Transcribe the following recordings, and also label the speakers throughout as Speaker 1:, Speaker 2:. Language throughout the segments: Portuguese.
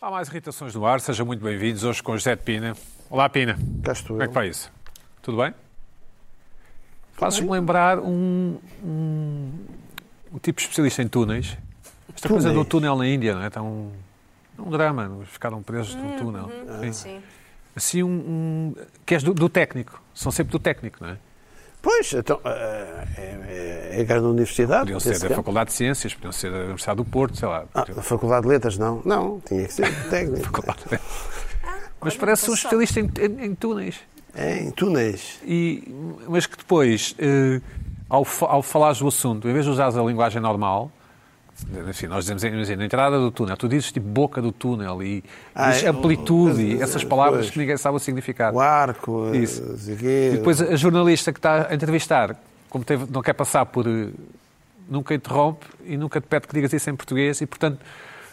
Speaker 1: Há mais irritações no ar, sejam muito bem-vindos hoje com José de Pina. Olá, Pina.
Speaker 2: Cá estou
Speaker 1: Como é
Speaker 2: eu.
Speaker 1: que vai isso? Tudo bem? Fazes-me lembrar um, um, um tipo especialista em túneis. Esta coisa do
Speaker 2: Túneis.
Speaker 1: túnel na Índia, não é? Está um, um drama, eles ficaram presos num túnel. Sim.
Speaker 3: Sim.
Speaker 1: Assim, um, um- que és do, do técnico, são sempre do técnico, não é?
Speaker 2: Pois, então, ah, é, é, é gajo da universidade.
Speaker 1: Podiam ser
Speaker 2: esse
Speaker 1: da
Speaker 2: gajo.
Speaker 1: Faculdade de Ciências, podiam ser da Universidade do Porto, sei lá.
Speaker 2: Ah, da Faculdade de Letras, não. Não, tinha que ser técnico.
Speaker 1: Mas parece um especialista em, em- em túneis.
Speaker 2: é, em túneis.
Speaker 1: E, mas que depois, eh, ao, fa- ao falares do assunto, em vez de usares a linguagem normal, enfim, nós dizemos imagina, na entrada do túnel, tu dizes tipo boca do túnel e
Speaker 2: Ah,
Speaker 1: dizes
Speaker 2: é,
Speaker 1: amplitude
Speaker 2: o-
Speaker 1: e
Speaker 2: o-
Speaker 1: essas
Speaker 2: o-
Speaker 1: palavras
Speaker 2: pois.
Speaker 1: que ninguém sabe o significado.
Speaker 2: O arco, ah,
Speaker 1: Isso.
Speaker 2: não sei o quê.
Speaker 1: E depois a jornalista que está a entrevistar, como teve- não quer passar por. eh, nunca interrompe e nunca te pede que digas isso em português e, portanto,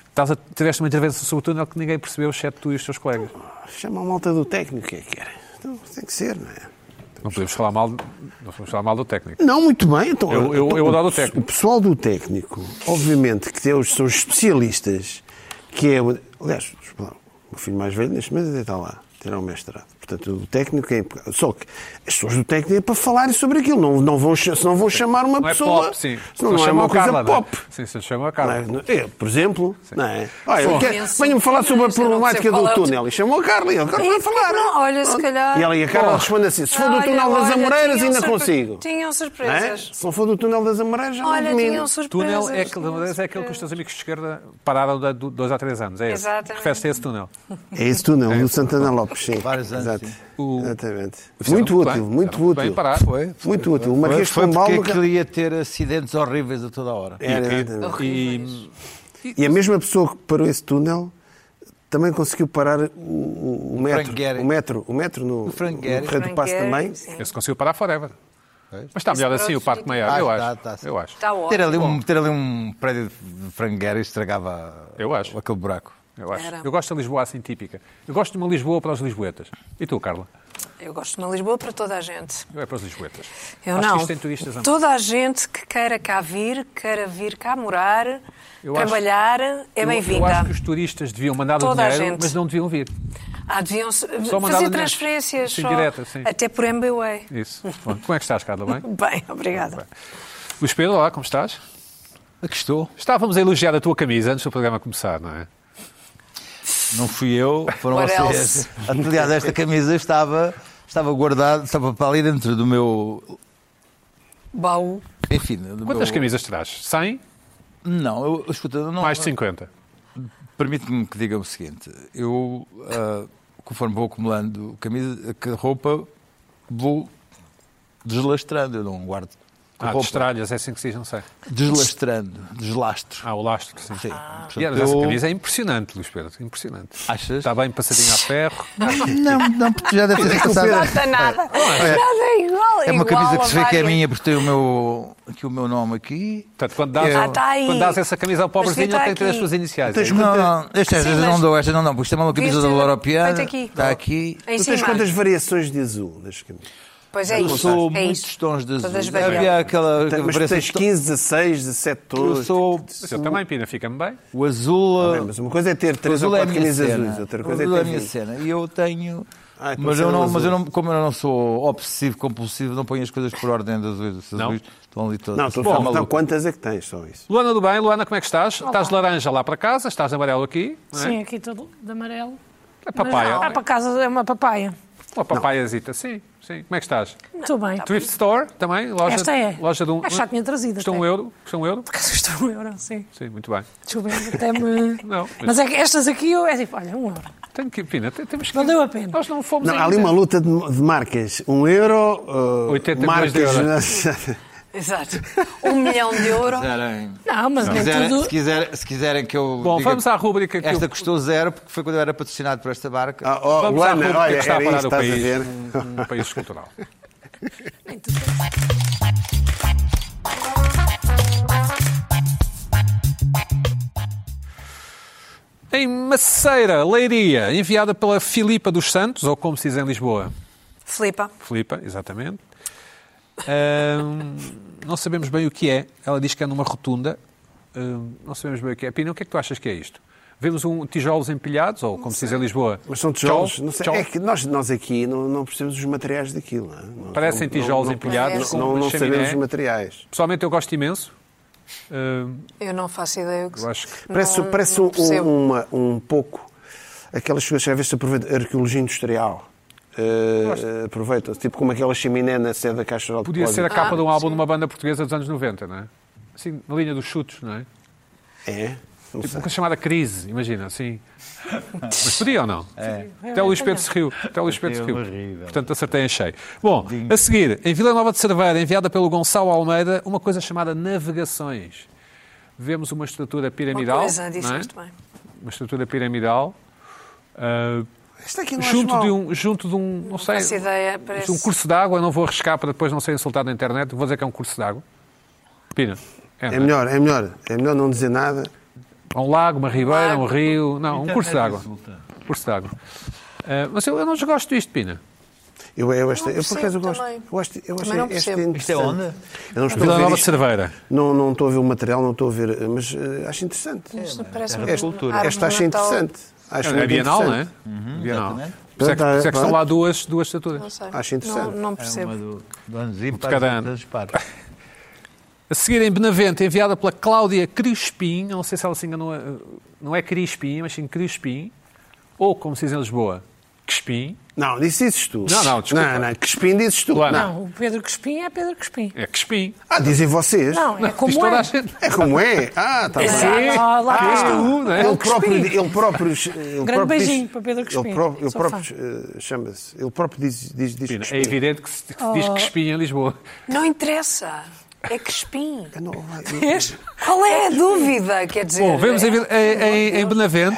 Speaker 1: estás a, tiveste uma intervenção sobre o túnel que ninguém percebeu, exceto tu e os teus colegas.
Speaker 2: Então, Chama a malta do técnico, o que é que era? Então, tem que ser, não é?
Speaker 1: Não podemos falar mal, não podemos falar mal do técnico.
Speaker 2: Não, muito bem. Então,
Speaker 1: Eu- eu-
Speaker 2: então,
Speaker 1: eu adoro o
Speaker 2: pe-
Speaker 1: técnico.
Speaker 2: O pessoal do técnico, obviamente, que tem- são especialistas, que é... o- Aliás, o meu filho mais velho, neste momento, até está lá, terá um mestrado. Portanto, o técnico é... impecável. Só que as pessoas do técnico é para falarem sobre aquilo. Não, não vão, ch- senão vão chamar uma
Speaker 1: Não é
Speaker 2: pessoa...
Speaker 1: pop, sim.
Speaker 2: Senão não é
Speaker 1: chamam
Speaker 2: uma
Speaker 1: a
Speaker 2: coisa
Speaker 1: Carla, não é?
Speaker 2: pop.
Speaker 1: Sim, se chamam a
Speaker 2: Não
Speaker 1: Carla.
Speaker 2: é? Não- eu, por exemplo, não é? Olha, eu quero-
Speaker 3: Imenso.
Speaker 2: venha-me falar sobre a
Speaker 3: Mas eu não
Speaker 2: problemática
Speaker 3: sei qual
Speaker 2: do
Speaker 3: é o-
Speaker 2: túnel. E chamou a Carla e ele, Carla,
Speaker 3: E
Speaker 2: vai
Speaker 3: por que
Speaker 2: falar.
Speaker 3: não? Olha, se calhar-
Speaker 2: E ela e a Carla responde assim, se for do
Speaker 3: Olha,
Speaker 2: túnel das
Speaker 3: olha, um
Speaker 2: Amoreiras,
Speaker 3: tinham
Speaker 2: ainda
Speaker 3: surpre-
Speaker 2: consigo.
Speaker 3: Tinham
Speaker 2: Não é?
Speaker 3: surpresas.
Speaker 2: Se não for do túnel das Amoreiras, já
Speaker 3: Olha,
Speaker 2: não domino.
Speaker 3: tinham surpresas.
Speaker 1: túnel é aquele,
Speaker 3: tinham
Speaker 1: é aquele que os
Speaker 3: surpresas.
Speaker 1: teus amigos de esquerda pararam de de dois há três anos. É esse.
Speaker 3: Exatamente.
Speaker 1: Refere-se a esse túnel.
Speaker 2: É esse túnel, do Santana Lopes, sim.
Speaker 4: Vários anos,
Speaker 2: Exato.
Speaker 4: sim.
Speaker 1: O-
Speaker 2: Exatamente.
Speaker 1: Fizeram
Speaker 2: Muito
Speaker 1: muito
Speaker 2: útil,
Speaker 1: bem,
Speaker 2: muito
Speaker 1: fizeram muito
Speaker 2: útil.
Speaker 1: bem, parar.
Speaker 4: Foi. foi.
Speaker 2: Muito útil. O Marquês de
Speaker 4: foi
Speaker 1: um
Speaker 2: Pombal...
Speaker 4: porque é
Speaker 2: nunca-
Speaker 4: queria ter acidentes horríveis a toda a hora.
Speaker 2: Era, exatamente.
Speaker 1: E,
Speaker 2: E a mesma pessoa que parou esse túnel também conseguiu parar o- o, o metro.
Speaker 4: Frank Gehry.
Speaker 2: O metro, o metro no, no
Speaker 4: O Frank
Speaker 2: Correio
Speaker 4: Gehry.
Speaker 2: do Passo
Speaker 3: Frank
Speaker 2: também.
Speaker 3: Gehry, sim.
Speaker 1: esse conseguiu parar forever.
Speaker 4: Pois.
Speaker 1: Mas está melhor
Speaker 3: Isso Tá,
Speaker 1: assim o
Speaker 3: parece
Speaker 1: Parque
Speaker 3: que-
Speaker 1: Maior, eu
Speaker 4: Ah,
Speaker 2: Tá,
Speaker 1: acho.
Speaker 4: está, está.
Speaker 1: Eu acho.
Speaker 3: Está ótimo.
Speaker 4: Ter ali, um, ter ali um prédio de frangueira estragava
Speaker 1: Eu acho.
Speaker 4: aquele buraco.
Speaker 1: Eu, acho.
Speaker 3: Era.
Speaker 1: eu gosto da Lisboa assim típica. Eu gosto de uma Lisboa para os Lisboetas. E tu, Carla?
Speaker 3: Eu gosto de uma Lisboa para toda a gente.
Speaker 1: Eu é para os Lisboetas.
Speaker 3: Eu
Speaker 1: acho
Speaker 3: não. é
Speaker 1: que isto tem turistas a mais.
Speaker 3: toda a gente que queira cá vir, queira vir cá morar,
Speaker 1: Eu acho-
Speaker 3: trabalhar, é
Speaker 1: Eu- Eu
Speaker 3: bem-vinda.
Speaker 1: acho que os turistas deviam mandar o
Speaker 3: Toda a
Speaker 1: dinheiro,
Speaker 3: gente.
Speaker 1: mas não deviam vir.
Speaker 3: Ah, deviam se-
Speaker 1: mandar
Speaker 3: fazer
Speaker 1: dinheiro.
Speaker 3: transferências.
Speaker 1: Sim,
Speaker 3: só,
Speaker 1: direta, sim.
Speaker 3: Até por MBWay.
Speaker 1: Isso. Bom, como é que estás, Carla? Bem?
Speaker 3: Bem, obrigada.
Speaker 1: Luís Pedro, olá, como estás?
Speaker 4: Aqui estou.
Speaker 1: Estávamos a elogiar a tua camisa antes do programa começar, não é?
Speaker 4: Não fui eu, foram
Speaker 3: What
Speaker 4: vocês. Aliás, esta camisa estava, estava guardada, estava para ali dentro do meu.
Speaker 3: Baú.
Speaker 4: Enfim, do
Speaker 1: Quantas
Speaker 4: meu...
Speaker 1: camisas traz? 100?
Speaker 4: Não, eu, escuta, eu não.
Speaker 1: Mais de 50?
Speaker 4: Permite-me que diga o seguinte: eu, ah, conforme vou acumulando camisa, que roupa, vou deslastrando. Eu não guardo
Speaker 1: Ah,
Speaker 4: roupa.
Speaker 1: destralhas, é assim que se diz, não sei.
Speaker 4: Deslastrando, deslastro.
Speaker 1: Ah, o lastro, sim.
Speaker 4: Sim.
Speaker 1: E, aliás, essa camisa é impressionante, Luís Pedro, impressionante.
Speaker 4: Achas?
Speaker 1: Está bem passadinha a ferro.
Speaker 4: Não, não, porque já deve ter passado.
Speaker 3: Não está nada. Nada é igual.
Speaker 4: É uma
Speaker 3: igual
Speaker 4: camisa que se vê que é
Speaker 3: várias.
Speaker 4: minha, porque tem o meu, aqui o meu nome aqui.
Speaker 1: Portanto, quando
Speaker 4: É.
Speaker 1: dás,
Speaker 3: Ah,
Speaker 5: tá
Speaker 3: está aí.
Speaker 1: quando dás essa camisa ao pobrezinho,
Speaker 3: Mas fica
Speaker 1: ele tem que ter as
Speaker 3: aqui.
Speaker 1: suas iniciais.
Speaker 2: Tens-
Speaker 1: é?
Speaker 4: Não, não, esta, esta
Speaker 3: Sim, mas-
Speaker 4: não dou, esta não dou, porque isto é uma camisa
Speaker 3: Devias
Speaker 4: da
Speaker 3: ter-
Speaker 4: Loropiana.
Speaker 3: feito aqui.
Speaker 4: Está aqui.
Speaker 3: Em
Speaker 2: Tu tens
Speaker 3: cima.
Speaker 2: quantas variações de azul nas camisas?
Speaker 3: Pois é
Speaker 4: Eu
Speaker 3: isso.
Speaker 4: sou
Speaker 3: é
Speaker 4: muitos
Speaker 3: isso.
Speaker 4: tons de azul.
Speaker 3: Todas
Speaker 4: Havia
Speaker 3: variadas.
Speaker 4: aquela
Speaker 2: Mas tu
Speaker 4: variação
Speaker 2: tens
Speaker 4: de to-
Speaker 2: 15, 16, 17 tons.
Speaker 4: Eu sou
Speaker 1: Mas eu também, Pina, fica-me bem.
Speaker 4: o azul.
Speaker 2: Bem,
Speaker 4: eh,
Speaker 2: mas uma coisa é ter
Speaker 4: O
Speaker 2: 3 ou
Speaker 4: azul é a
Speaker 2: 4
Speaker 4: minha
Speaker 2: camisas
Speaker 4: cena.
Speaker 2: azuis, outra
Speaker 4: O
Speaker 2: coisa
Speaker 4: azul é
Speaker 2: é
Speaker 4: a minha
Speaker 2: ter 20.
Speaker 4: cena. E eu tenho.
Speaker 2: Ah, então
Speaker 4: mas
Speaker 2: você é
Speaker 4: eu
Speaker 2: um
Speaker 4: não,
Speaker 2: azul.
Speaker 4: mas eu não, como eu não sou obsessivo compulsivo, não ponho as coisas por ordem das azuis. As
Speaker 1: Não?
Speaker 4: azuis estão ali todas.
Speaker 2: Não, estou a
Speaker 4: Bom,
Speaker 2: falar, então,
Speaker 4: maluco.
Speaker 2: quantas é que tens? Só isso.
Speaker 1: Luana do bem, Luana, como é que estás? Estás de laranja lá para casa, estás de amarelo aqui. não é?
Speaker 5: Sim, aqui todo de amarelo.
Speaker 1: É papaya.
Speaker 5: Mas, ah, para casa é uma papaya.
Speaker 1: Uma papaiazita, sim, sim. Como é que estás?
Speaker 5: Muito bem.
Speaker 3: tá
Speaker 1: Thrift Store, também, loja,
Speaker 5: Esta é.
Speaker 1: loja de um...
Speaker 5: Esta já tinha trazido
Speaker 1: Custa um
Speaker 5: até.
Speaker 1: euro, custa um euro.
Speaker 5: Por acaso custou um euro, sim.
Speaker 1: Sim, muito bem.
Speaker 5: Desculpa, até me...
Speaker 1: Não, mas-
Speaker 5: mas... é que estas aqui eu- é tipo, olha, um euro.
Speaker 1: Tenho que, Pina, te- temos que...
Speaker 5: Valeu a pena.
Speaker 1: Nós não fomos
Speaker 2: Não, há
Speaker 1: ainda.
Speaker 2: ali uma luta de, de marcas. 1 um euro, uh,
Speaker 1: 82
Speaker 2: marcas.
Speaker 1: de euro.
Speaker 3: Exato. Um milhão de euros.
Speaker 4: Se quiserem-
Speaker 5: Não,
Speaker 3: É
Speaker 5: mas
Speaker 4: se
Speaker 5: nem
Speaker 4: quiserem-
Speaker 5: tudo.
Speaker 4: se quiserem- se quiserem que eu.
Speaker 1: Bom,
Speaker 4: diga
Speaker 1: vamos à rúbrica que
Speaker 4: Esta
Speaker 1: eu-
Speaker 4: custou zero porque foi quando eu era patrocinado por esta barca.
Speaker 2: Ah, oh,
Speaker 1: Vamos à
Speaker 2: Luana,
Speaker 1: rúbrica
Speaker 2: olha,
Speaker 1: que está a
Speaker 2: era
Speaker 1: parar
Speaker 2: isto,
Speaker 1: o
Speaker 2: estás
Speaker 1: país.
Speaker 2: a ver. né?
Speaker 1: Um país cultural.
Speaker 5: nem tudo.
Speaker 1: Em Maceira, Leiria, enviada pela Filipa dos Santos, ou como se diz em Lisboa,
Speaker 3: Flipa.
Speaker 1: Filipa, exatamente. Ahm, não sabemos bem o que é. Ela diz que é numa rotunda. Ahm, não sabemos bem o que é. Pina, o que é que tu achas que é isto? Vemos um, tijolos empilhados, ou como se diz em Lisboa.
Speaker 2: Mas são tijolos.
Speaker 1: Tchol,
Speaker 2: Não sei,
Speaker 1: tchol.
Speaker 2: é que nós, nós aqui não, não percebemos os materiais daquilo. não é? Nós
Speaker 1: Parecem
Speaker 2: não- não-
Speaker 1: tijolos
Speaker 2: não-
Speaker 1: empilhados
Speaker 2: Não,
Speaker 1: com
Speaker 2: não,
Speaker 1: uma
Speaker 2: sabemos
Speaker 1: chaminé.
Speaker 2: os materiais.
Speaker 1: Pessoalmente eu gosto imenso. Uh,
Speaker 3: Eu não faço ideia o que
Speaker 1: eu acho que
Speaker 2: Parece,
Speaker 3: Não-
Speaker 2: parece
Speaker 3: não
Speaker 2: um,
Speaker 3: percebo.
Speaker 2: uma- um pouco aquelas coisas que às vezes se aproveita, arqueologia industrial. Eh, aproveitam tipo como aquela chaminé na sede da Caixa Geral de
Speaker 1: podia ser a
Speaker 2: Depósitos.
Speaker 1: capa de um álbum de uma banda portuguesa dos anos 90, não é? Assim, na linha dos chutos, não é?
Speaker 2: É? Não
Speaker 1: Tipo,
Speaker 2: sei.
Speaker 1: uma coisa chamada crise, imagina, assim. Mas podia ou não? Até o Luís Pedro se riu. Até o Luís Pedro se riu.
Speaker 4: horrível.
Speaker 1: Portanto, acertei em cheio. Bom, a seguir, em Vila Nova de Cerveira, enviada pelo Gonçalo Almeida, uma coisa chamada navegações. Vemos uma estrutura
Speaker 3: uma
Speaker 1: piramidal,
Speaker 3: coisa,
Speaker 1: não é?
Speaker 3: disseste bem.
Speaker 1: uma estrutura piramidal, ah,
Speaker 2: Esta aqui não é acho
Speaker 1: junto
Speaker 2: mal.
Speaker 1: de um, junto de um, não sei,
Speaker 3: faço ideia, parece-
Speaker 1: de um curso de água. Eu não vou arriscar para depois não ser insultado na internet. Vou dizer que é um curso de água. Pina. É, não
Speaker 2: É
Speaker 1: é?
Speaker 2: melhor, é melhor. É melhor não dizer nada.
Speaker 1: Há Um lago, uma ribeira, um
Speaker 3: lago.
Speaker 1: rio. Não, um curso de água.
Speaker 4: Insulta.
Speaker 1: Um curso de água. Ah, mas eu, eu não desgosto disto, Pina.
Speaker 2: Eu, eu, esta,
Speaker 3: Não
Speaker 2: eu por acaso eu
Speaker 3: percebo
Speaker 2: gosto.
Speaker 3: também.
Speaker 2: Eu acho, eu acho
Speaker 3: Também não
Speaker 2: esta
Speaker 3: percebo.
Speaker 2: interessante.
Speaker 4: Isto é onda?
Speaker 2: Eu não estou
Speaker 1: Vila
Speaker 2: a ver
Speaker 1: Nova de
Speaker 2: isto.
Speaker 1: Cerveira.
Speaker 2: Não, não estou a ver o material, não estou a ver, mas eh, acho interessante.
Speaker 3: Parece uma
Speaker 2: Esta,
Speaker 4: cultura.
Speaker 3: árvore
Speaker 2: esta acho
Speaker 3: É. de Natal.
Speaker 2: interessante. Acho
Speaker 1: É
Speaker 2: muito
Speaker 1: Bienal, não é?
Speaker 2: interessante.
Speaker 1: Bienal.
Speaker 4: exatamente.
Speaker 1: Por isso é que, por isso é que estão
Speaker 2: Pronto,
Speaker 1: lá duas, duas
Speaker 3: Não
Speaker 1: estaturas.
Speaker 3: sei.
Speaker 2: Acho interessante.
Speaker 3: Não, não
Speaker 4: É
Speaker 3: percebo.
Speaker 4: uma do, do anos ímpares,
Speaker 1: cada
Speaker 4: outra
Speaker 1: ano.
Speaker 4: dos pares.
Speaker 1: A seguir, em Benavente, enviada pela Cláudia Crispim. Não sei se ela se enganou. eh, Não é Crispim, mas sim Crispim. Ou, como se diz em Lisboa, Crispim.
Speaker 2: Não, disse dizes tu.
Speaker 1: Não, não, desculpa.
Speaker 2: Não, não, que espinho dizes tu.
Speaker 1: Luana.
Speaker 2: Não.
Speaker 5: Não, o Pedro Crespim é Pedro Crespim.
Speaker 1: É Crispim.
Speaker 2: Ah, dizem vocês.
Speaker 5: Não, é como
Speaker 1: Diz toda
Speaker 5: é.
Speaker 1: a gente.
Speaker 2: É como é. Ah, está
Speaker 5: Sim.
Speaker 2: bem.
Speaker 5: lá- lá
Speaker 1: Ah,
Speaker 5: estás
Speaker 1: tu, não é?
Speaker 2: Ele
Speaker 5: o Crispim.
Speaker 2: próprio, ele próprio, eh, ele próprio
Speaker 5: beijinho
Speaker 2: diz-
Speaker 5: para Pedro Crispim.
Speaker 2: Ele próprio, ele
Speaker 5: Sou
Speaker 2: próprio eh, chama-se. Ele próprio diz, diz, diz
Speaker 1: Pina,
Speaker 2: Crispim.
Speaker 1: É evidente que se, que se diz Crispim em Lisboa.
Speaker 3: Não interessa. É que espinho.
Speaker 2: Eu Então não- eu-
Speaker 5: Vês?
Speaker 3: Qual é a dúvida? Quer dizer,
Speaker 1: Bom, vemos em, Vil-
Speaker 3: é-
Speaker 1: em- em- em Benavente,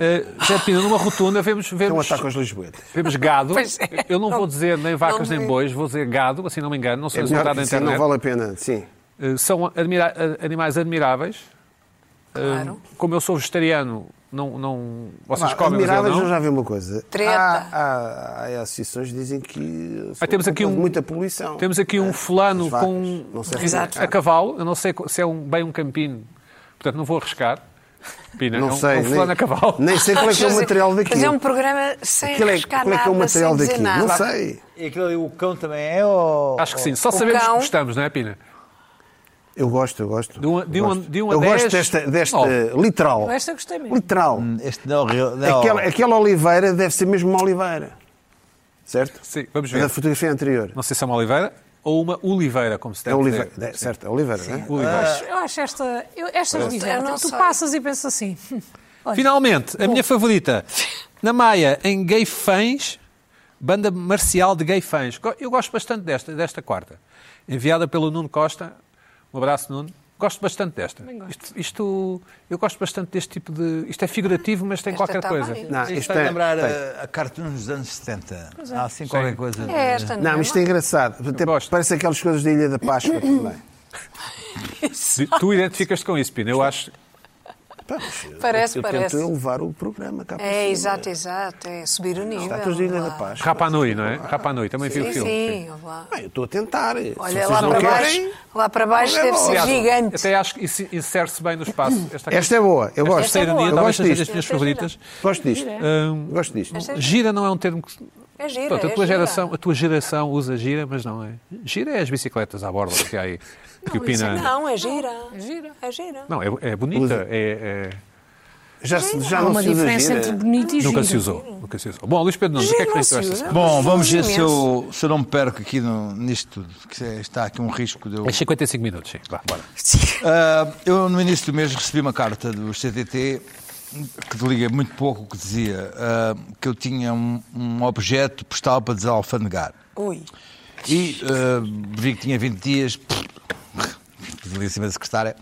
Speaker 1: eh, Zé Pina, numa rotunda, vemos,
Speaker 2: É um
Speaker 1: vemos,
Speaker 2: ataque aos Lisboetas.
Speaker 1: vemos gado.
Speaker 3: Pois é.
Speaker 1: Eu não vou dizer nem vacas
Speaker 3: Não
Speaker 1: nem
Speaker 3: devia.
Speaker 1: bois, vou dizer gado, assim não me engano, não sou
Speaker 2: É melhor
Speaker 1: insultado na
Speaker 2: dizer, não
Speaker 1: internet.
Speaker 2: vale a pena. Sim.
Speaker 1: Eh, São admira- eh, animais admiráveis. Eh,
Speaker 3: Claro.
Speaker 1: Como eu sou vegetariano, não, não, vocês
Speaker 2: Pá,
Speaker 1: comem, mas eu
Speaker 2: admiráveis,
Speaker 1: não.
Speaker 2: eu já vi uma coisa.
Speaker 3: Treta.
Speaker 2: Há, há, há associações que dizem que
Speaker 1: Ah, temos aqui
Speaker 2: de
Speaker 1: um-
Speaker 2: muita poluição.
Speaker 1: Temos aqui um
Speaker 2: É,
Speaker 1: fulano
Speaker 2: as vacas,
Speaker 1: com
Speaker 2: não sei se-
Speaker 3: Exato.
Speaker 1: a cavalo. Eu não sei co- se é um, bem um campino, portanto não vou arriscar. Pina,
Speaker 2: Não
Speaker 1: é um,
Speaker 2: sei.
Speaker 1: é um fulano
Speaker 2: nem,
Speaker 1: a cavalo.
Speaker 2: Nem sei qual é que é o
Speaker 3: Fazer-
Speaker 2: material daquilo.
Speaker 3: Fazer um programa sem
Speaker 2: Aquilo é-
Speaker 3: arriscar
Speaker 2: qual é que é o
Speaker 3: nada,
Speaker 2: material
Speaker 3: sem dizer
Speaker 2: daqui?
Speaker 3: nada.
Speaker 2: Não sei.
Speaker 4: E aquilo ali, o cão também é ou...
Speaker 1: Acho que sim. Só
Speaker 3: O
Speaker 1: sabemos que
Speaker 3: cão-
Speaker 1: gostamos, não é, Pina?
Speaker 2: Eu gosto, eu gosto.
Speaker 1: De um a- de um a-
Speaker 2: eu gosto,
Speaker 1: de Oh. um a
Speaker 2: eu
Speaker 1: dez,
Speaker 2: gosto desta, desta
Speaker 1: nove.
Speaker 2: literal.
Speaker 5: Esta eu gostei mesmo.
Speaker 2: Literal.
Speaker 4: Este não, é real- não.
Speaker 2: Aquela, aquela oliveira deve ser mesmo uma oliveira. Certo?
Speaker 1: Sim, vamos
Speaker 2: É da
Speaker 1: ver.
Speaker 2: fotografia anterior.
Speaker 1: Não sei se é uma oliveira ou uma oliveira, como se
Speaker 2: É
Speaker 1: deve
Speaker 2: oliveira.
Speaker 1: dizer.
Speaker 2: é, certo, é oliveira, né?
Speaker 1: Oliveira.
Speaker 5: Eu acho esta. Eu, esta é
Speaker 3: Eu não
Speaker 5: Tu
Speaker 3: sei.
Speaker 5: passas e pensas assim. olha,
Speaker 1: Finalmente, a minha favorita. Na Maia, em Gay Fãs, banda marcial de gay fãs. Go- Eu gosto bastante desta, desta quarta. Enviada pelo Nuno Costa. Um abraço, Nuno. Gosto bastante desta. Isto, isto- eu gosto bastante deste tipo de. Isto é figurativo, mas tem
Speaker 3: Esta
Speaker 1: qualquer
Speaker 3: tá
Speaker 1: coisa.
Speaker 3: bem.
Speaker 2: Não,
Speaker 4: Isto
Speaker 2: isto
Speaker 4: vai
Speaker 2: é,
Speaker 4: lembrar
Speaker 2: tem.
Speaker 4: a, a cartoons dos anos 70. Há assim qualquer coisa.
Speaker 3: É esta, não,
Speaker 2: Não, isto é engraçado. Até
Speaker 1: gosto.
Speaker 2: parece aquelas coisas da Ilha da Páscoa também.
Speaker 1: Di- é- Tu identificas-te com isso, Pina. Eu acho.
Speaker 2: Pá, mas eu-
Speaker 3: Parece,
Speaker 2: eu
Speaker 3: parece.
Speaker 2: tento elevar o programa cá para
Speaker 3: É,
Speaker 2: cima.
Speaker 3: exato, exato. É subir o nível.
Speaker 2: Estátuas da Ilha da
Speaker 3: lá.
Speaker 2: Páscoa.
Speaker 1: Rapa Nui, não é? Rapa Nui, também vi o
Speaker 3: Sim,
Speaker 1: filme.
Speaker 3: sim, vamos lá.
Speaker 2: Ah, eu estou a tentar.
Speaker 3: Olha, lá para, baixo, lá para baixo
Speaker 2: Olha
Speaker 3: deve
Speaker 2: lá.
Speaker 3: ser
Speaker 1: Aliás,
Speaker 3: gigante.
Speaker 1: é Até acho que isso insere-se bem no espaço. Esta, aqui-
Speaker 2: Esta é boa, eu gosto.
Speaker 1: esta
Speaker 2: eu
Speaker 1: ironia talvez
Speaker 2: gosto
Speaker 1: seja das
Speaker 2: disto.
Speaker 1: minhas
Speaker 3: Esta é gira.
Speaker 1: favoritas.
Speaker 2: Gosto disto.
Speaker 1: Hum,
Speaker 2: Gosto disto.
Speaker 1: gira não é um termo que.
Speaker 3: É gira,
Speaker 1: Pronto, então a
Speaker 3: é
Speaker 1: tua,
Speaker 3: gira.
Speaker 1: geração, a tua geração usa gira, mas não é. Gira é as bicicletas à borda que há aí. Que o Pina...
Speaker 3: Não, é gira.
Speaker 5: É gira.
Speaker 3: É gira.
Speaker 1: Não, é, é bonita. É, é-
Speaker 2: Já, se- já
Speaker 5: Há
Speaker 2: não
Speaker 5: uma
Speaker 2: se usa
Speaker 5: diferença
Speaker 2: gira.
Speaker 5: entre bonito e
Speaker 1: Nunca se
Speaker 5: giro.
Speaker 1: usou. Nunca se usou. Bom, Luís Pedro Nunes, o que é que
Speaker 3: Gira não
Speaker 1: tens
Speaker 3: se
Speaker 1: esta
Speaker 3: usa.
Speaker 1: semana?
Speaker 4: Bom, vamos ver
Speaker 3: Imenso.
Speaker 4: se eu, se eu não me perco aqui no, nisto tudo. Que se- está aqui um risco de eu...
Speaker 1: É 55 minutos, sim. Vá, bora.
Speaker 4: Ah, eu, no início do mês, recebi uma carta do CTT que liga muito pouco, que dizia ah, que eu tinha um, um objeto postal para desalfandegar.
Speaker 3: Ui.
Speaker 4: E ah, vi que tinha 20 dias. Pedi em cima da secretária.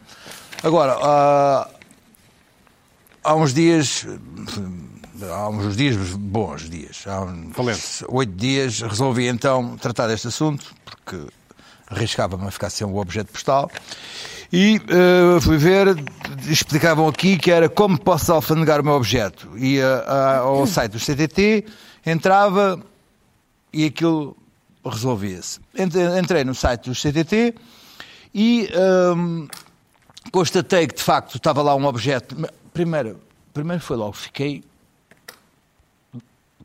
Speaker 4: Agora, ah, há uns dias. hum, Há uns dias, bons dias, há uns oito dias, resolvi então tratar deste assunto, porque arriscava-me a ficar sem o objeto postal. E eh, fui ver, explicavam aqui que era como posso alfandegar o meu objeto. Ia ah, ao site do CTT, entrava, e aquilo resolvia-se. Entre- Entrei no site do CTT e hum, constatei que de facto estava lá um objeto. Primeiro, primeiro foi logo, fiquei.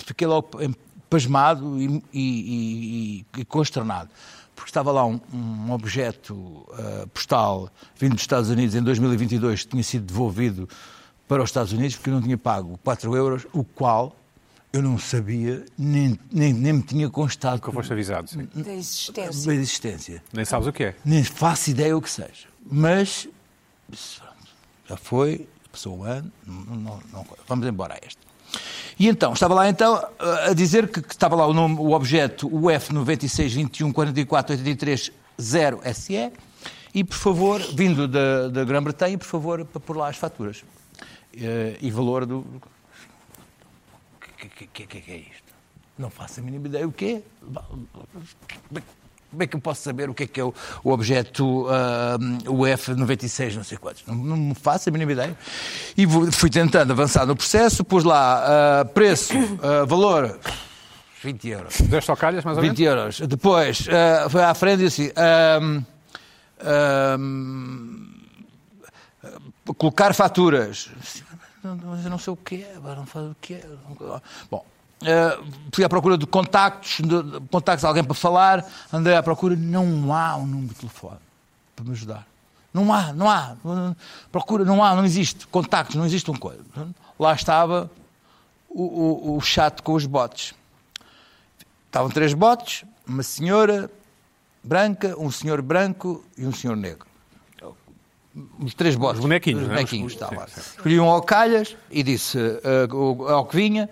Speaker 4: Fiquei logo em- pasmado e, e- e- e consternado. Porque estava lá um, um objeto ah, postal vindo dos Estados Unidos em 2022 que tinha sido devolvido para os Estados Unidos porque eu não tinha pago 4 euros, o qual eu não sabia, nem, nem, nem me tinha constado
Speaker 1: Nunca foste avisado, sim.
Speaker 3: da existência.
Speaker 4: da existência.
Speaker 1: Nem sabes o que é.
Speaker 4: Nem faço ideia o que seja. Mas pronto, já foi, passou o ano, não- não- não- vamos embora a este. E então, estava lá então a dizer que, que estava lá o, nome, o objeto UF 96 21 44 83 0 SE e por favor, vindo da, da Grã-Bretanha, por favor, para pôr lá as faturas Eh, e valor do... O que, que- que- que é isto? Não faço a mínima ideia o que é. Como é que eu posso saber o que é que é o, o objeto ah, UF96, não sei quantos? Não, não me faço a mínima ideia. E vou- fui tentando avançar no processo, pus lá ah, preço, ah, valor, 20 euros.
Speaker 1: Deste ao calhas, mais ou menos?
Speaker 4: 20 euros. Depois, ah, foi à frente e disse assim, ahm, ahm, colocar faturas. Não, não, Mas eu não sei o que é, não faz o que é. Bom, ah, fui à procura de contactos, de, de contactos de alguém para falar, andei à procura, não há um número de telefone para me ajudar. Não há, não há. Procura, não há, não existe. Contactos, não existe um coisa. Lá estava o, o, o chat com os bots. Estavam três botes, uma senhora branca, um senhor branco e um senhor negro. Os três botes.
Speaker 1: Os bonequinhos,
Speaker 4: Os
Speaker 1: não é?
Speaker 4: bonequinhos,
Speaker 1: Os-
Speaker 4: está lá.
Speaker 1: sim,
Speaker 4: Escolhi um ao calhas e disse ah, o- ao que vinha.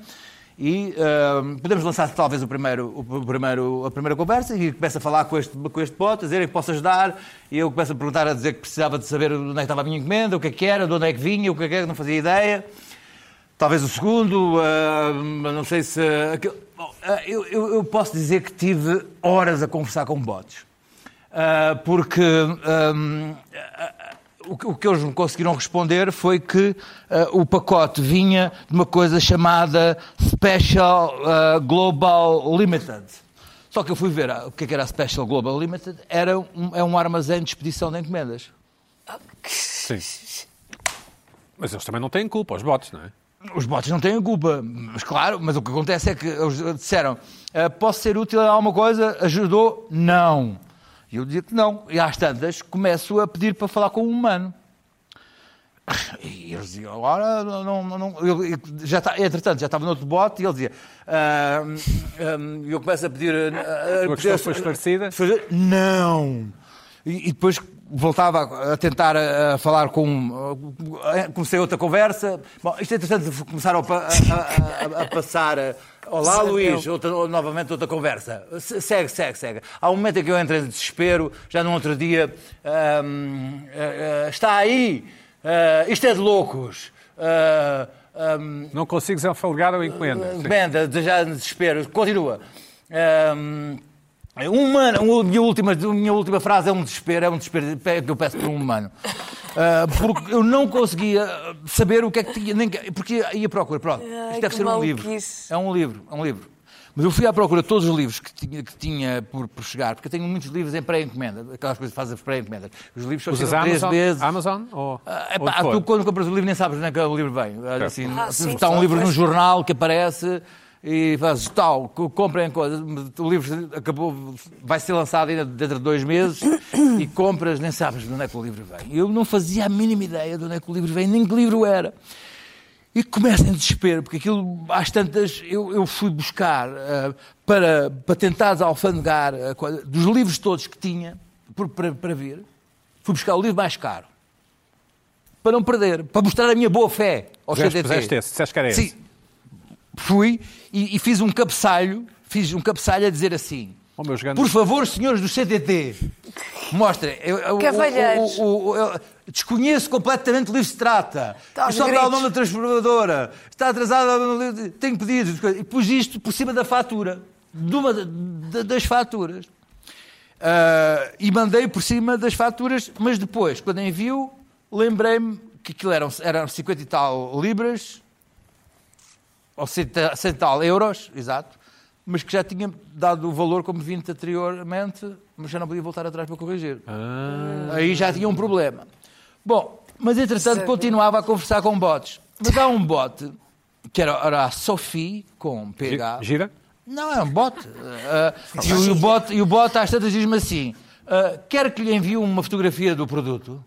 Speaker 4: E ah, podemos lançar talvez o primeiro, o primeiro, a primeira conversa e começa a falar com este, com este bote, a dizer que posso ajudar. E eu começo a perguntar, a dizer que precisava de saber onde é que estava a minha encomenda, o que é que era, de onde é que vinha, o que é que era, não fazia ideia. Talvez o segundo, ah, não sei se. aquele- Bom, ah, eu, eu- eu posso dizer que tive horas a conversar com bots. Ah, porque ah, o que- o que eles me conseguiram responder foi que ah, o pacote vinha de uma coisa chamada Special ah, Global Limited. Só que eu fui ver ah, o que é que era a Special Global Limited, era um, é um armazém de expedição de encomendas.
Speaker 1: Sim. Mas eles também não têm culpa, os bots, não é?
Speaker 4: Os bots não têm culpa, mas claro, mas o que acontece é que eles disseram "Ah, posso ser útil a alguma coisa, ajudou? Não. E eu dizia que não. E às tantas começo a pedir para falar com um humano. E eles diziam, agora não, não, não- eu- eu- já está, entretanto, já estava no outro bote e ele dizia, "Ah, hum, hum", e eu começo a pedir... ah, ah,
Speaker 1: Uma questão foi esclarecida.
Speaker 4: fazer não. E, e depois voltava a- a tentar a, a falar com. a- comecei outra conversa. Bom, isto é interessante, começaram a, pa- a- a- a- a passar. a- Olá, Luís, outra- ou- novamente outra conversa. Se- Segue, segue, segue. Há um momento em que eu entrei em desespero, já num outro dia. ahm, ah, ah, está aí! ah, isto é de loucos! Ah, ahm,
Speaker 1: Não consigo desenfolgar a encomenda. Sim.
Speaker 4: Benda, já no desespero. Continua. Ahm, Um humano, a minha última, a minha última frase é um desespero, é um desespero que eu peço por um humano. Ah, porque eu não conseguia saber o que é que tinha, nem que- porque ia, ia à procura. Pronto,
Speaker 3: Ai,
Speaker 4: isto deve
Speaker 3: que
Speaker 4: ser um livro.
Speaker 3: maluquice.
Speaker 4: É um livro, é um livro. Mas eu fui à procura de todos os livros que tinha, que tinha por, por chegar, porque eu tenho muitos livros em pré-encomenda, aquelas coisas que fazem pré-encomendas. Os livros só
Speaker 1: Usas
Speaker 4: chegam três
Speaker 1: Amazon?
Speaker 4: vezes.
Speaker 1: Amazon? Ou,
Speaker 4: Ah, epá,
Speaker 1: ou onde
Speaker 4: tu
Speaker 1: for?
Speaker 4: quando compras o livro nem sabes onde é que o livro vem. Ah, Assim,
Speaker 3: Ah, sim,
Speaker 4: está um
Speaker 3: só
Speaker 4: livro num
Speaker 3: depois-
Speaker 4: jornal que aparece e fazes tal, co- comprem coisas. O livro acabou, vai ser lançado ainda dentro de dois meses e compras, nem sabes de onde é que o livro vem. Eu não fazia a mínima ideia de onde é que o livro vem, nem que livro era. E começa em desespero, porque aquilo, às tantas, eu, eu fui buscar ah, para, para tentar desalfandegar a coisa, dos livros todos que tinha por- para, para ver, fui buscar o livro mais caro. Para não perder, para mostrar a minha boa fé ao
Speaker 1: Puseste-
Speaker 4: CTT.
Speaker 1: puseste esse, disseste que era esse.
Speaker 4: Sim. Fui e, e fiz um cabeçalho, fiz um cabeçalho a dizer assim,
Speaker 1: Oh, meus grandes-
Speaker 4: por favor, senhores do CTT, mostrem. eu- eu- o-
Speaker 3: Cavalheiros.
Speaker 4: o- o- o- eu desconheço completamente o livro que se trata.
Speaker 3: Tá
Speaker 4: Eu só
Speaker 3: aos
Speaker 4: dá o
Speaker 3: gritos.
Speaker 4: nome da transformadora. Está atrasada, não- tenho pedidos. coisa. E pus isto por cima da fatura. De uma da- da- das faturas. Ah, e mandei por cima das faturas, mas depois, quando envio, lembrei-me que aquilo eram, eram 50 e tal libras, ou 100 ta- 100 tal euros, exato, mas que já tinha dado o valor como 20 anteriormente, mas já não podia voltar atrás para corrigir. Aí já tinha um problema. Bom, mas entretanto continuava a conversar com bots. me dá um bote, que era, era a Sophie com PH.
Speaker 1: Gira?
Speaker 4: Não, é um bote. Ah, e, o, e o bote e o bote às tantas diz-me assim: ah, quer que lhe envie uma fotografia do produto?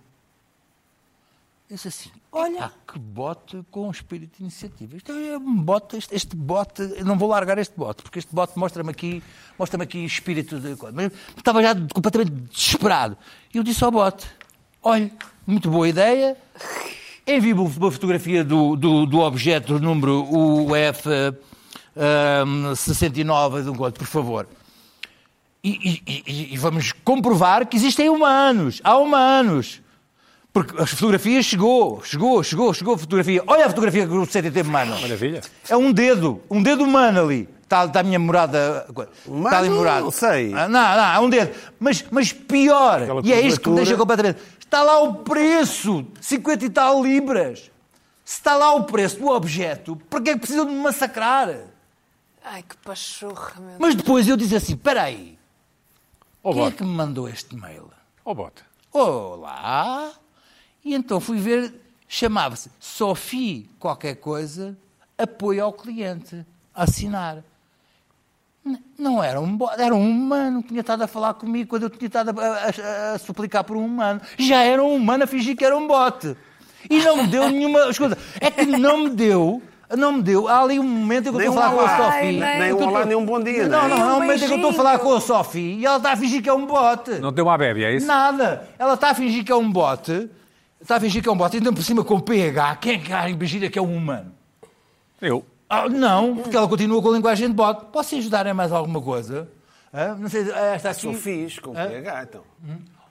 Speaker 4: Eu disse assim: olha, que bote com um espírito de iniciativa. Isto é um bote, este, este bote, eu não vou largar este bote, porque este bote mostra-me aqui, mostra-me aqui espírito de coisa. Mas eu estava já completamente desesperado. E eu disse ao bote: olha, muito boa ideia. Envie me uma fotografia do, do, do objeto do número ehm, UF ahm, 69 de um conto, por favor. E, e- e- e vamos comprovar que existem humanos. Há humanos. Porque as fotografias chegou, chegou, chegou, chegou a fotografia. Olha a fotografia que o CTT me manda.
Speaker 1: Maravilha.
Speaker 4: É um dedo, um dedo humano ali. Está, está a minha morada. Está ali
Speaker 2: Humano?
Speaker 4: morada.
Speaker 2: Não sei.
Speaker 4: Ah, não, não, é um dedo. Mas, mas pior,
Speaker 2: Aquela
Speaker 4: e é isto que
Speaker 2: curvatura.
Speaker 4: me deixa completamente. Está lá o preço, 50 e tal libras. Se está lá o preço do objeto, para que é que precisam de me massacrar?
Speaker 3: Ai, que pachorra, meu
Speaker 4: Mas depois eu disse assim: espera aí,
Speaker 2: Oh,
Speaker 1: Ó
Speaker 4: quem é
Speaker 1: bote.
Speaker 4: que me mandou este mail?
Speaker 1: Ó bote.
Speaker 4: Olá! E então fui ver, chamava-se Sophie qualquer coisa, apoio ao cliente, assinar. N- Não era um bo- era um humano que tinha estado a falar comigo quando eu tinha estado a, a- a- a suplicar por um humano. Já era um humano a fingir que era um bote. E não me deu nenhuma. Escuta, é que não me deu. Não me deu. Há ali um momento em que eu
Speaker 2: Nem
Speaker 4: estou
Speaker 2: um
Speaker 4: a falar com a
Speaker 2: olá.
Speaker 4: Sophie.
Speaker 3: Ai,
Speaker 2: Nem
Speaker 3: Eu
Speaker 2: um
Speaker 3: tô-
Speaker 2: olá, nem um bom dia. né?
Speaker 4: Não, não, há um momento em que eu estou a falar com a Sophie e ela está a fingir que é um bote.
Speaker 1: Não deu uma abébia, é isso?
Speaker 4: Nada. Ela está a fingir que é um bote. Está a fingir que é um bote. Então, por cima, com PH, quem é que ah, imagina que é um humano?
Speaker 1: Eu.
Speaker 4: Ah, não, porque ela continua com a linguagem de bote. Posso ajudar em mais alguma coisa? Ah, não sei, ah, esta aqui.
Speaker 2: Sou fixe, com PH, então.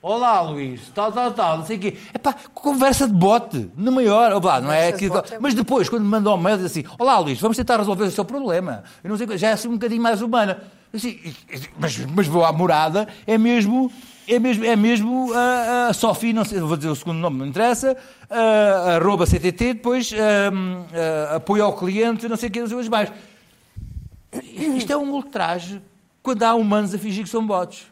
Speaker 4: Olá, Luís, tal, tal, tal, não sei o quê. Epá, conversa de bote, na maior. Ó, pá, não é
Speaker 3: Conversa de
Speaker 4: aquilo-
Speaker 3: bote é
Speaker 4: Mas depois, quando me mandou um mail, diz assim: Olá, Luís, vamos tentar resolver o seu problema. Eu não sei, o quê, já é assim um bocadinho mais humana. Eu Assim, e- e- mas, mas vou à morada, é mesmo. É mesmo, é mesmo ah, a, a Sophie, não sei, vou dizer o segundo nome, não interessa, ah, arroba CTT, depois ah, hum, ah, apoio ao cliente, não sei o que, não sei o que mais. Isto é um ultraje quando há humanos a fingir que são bots.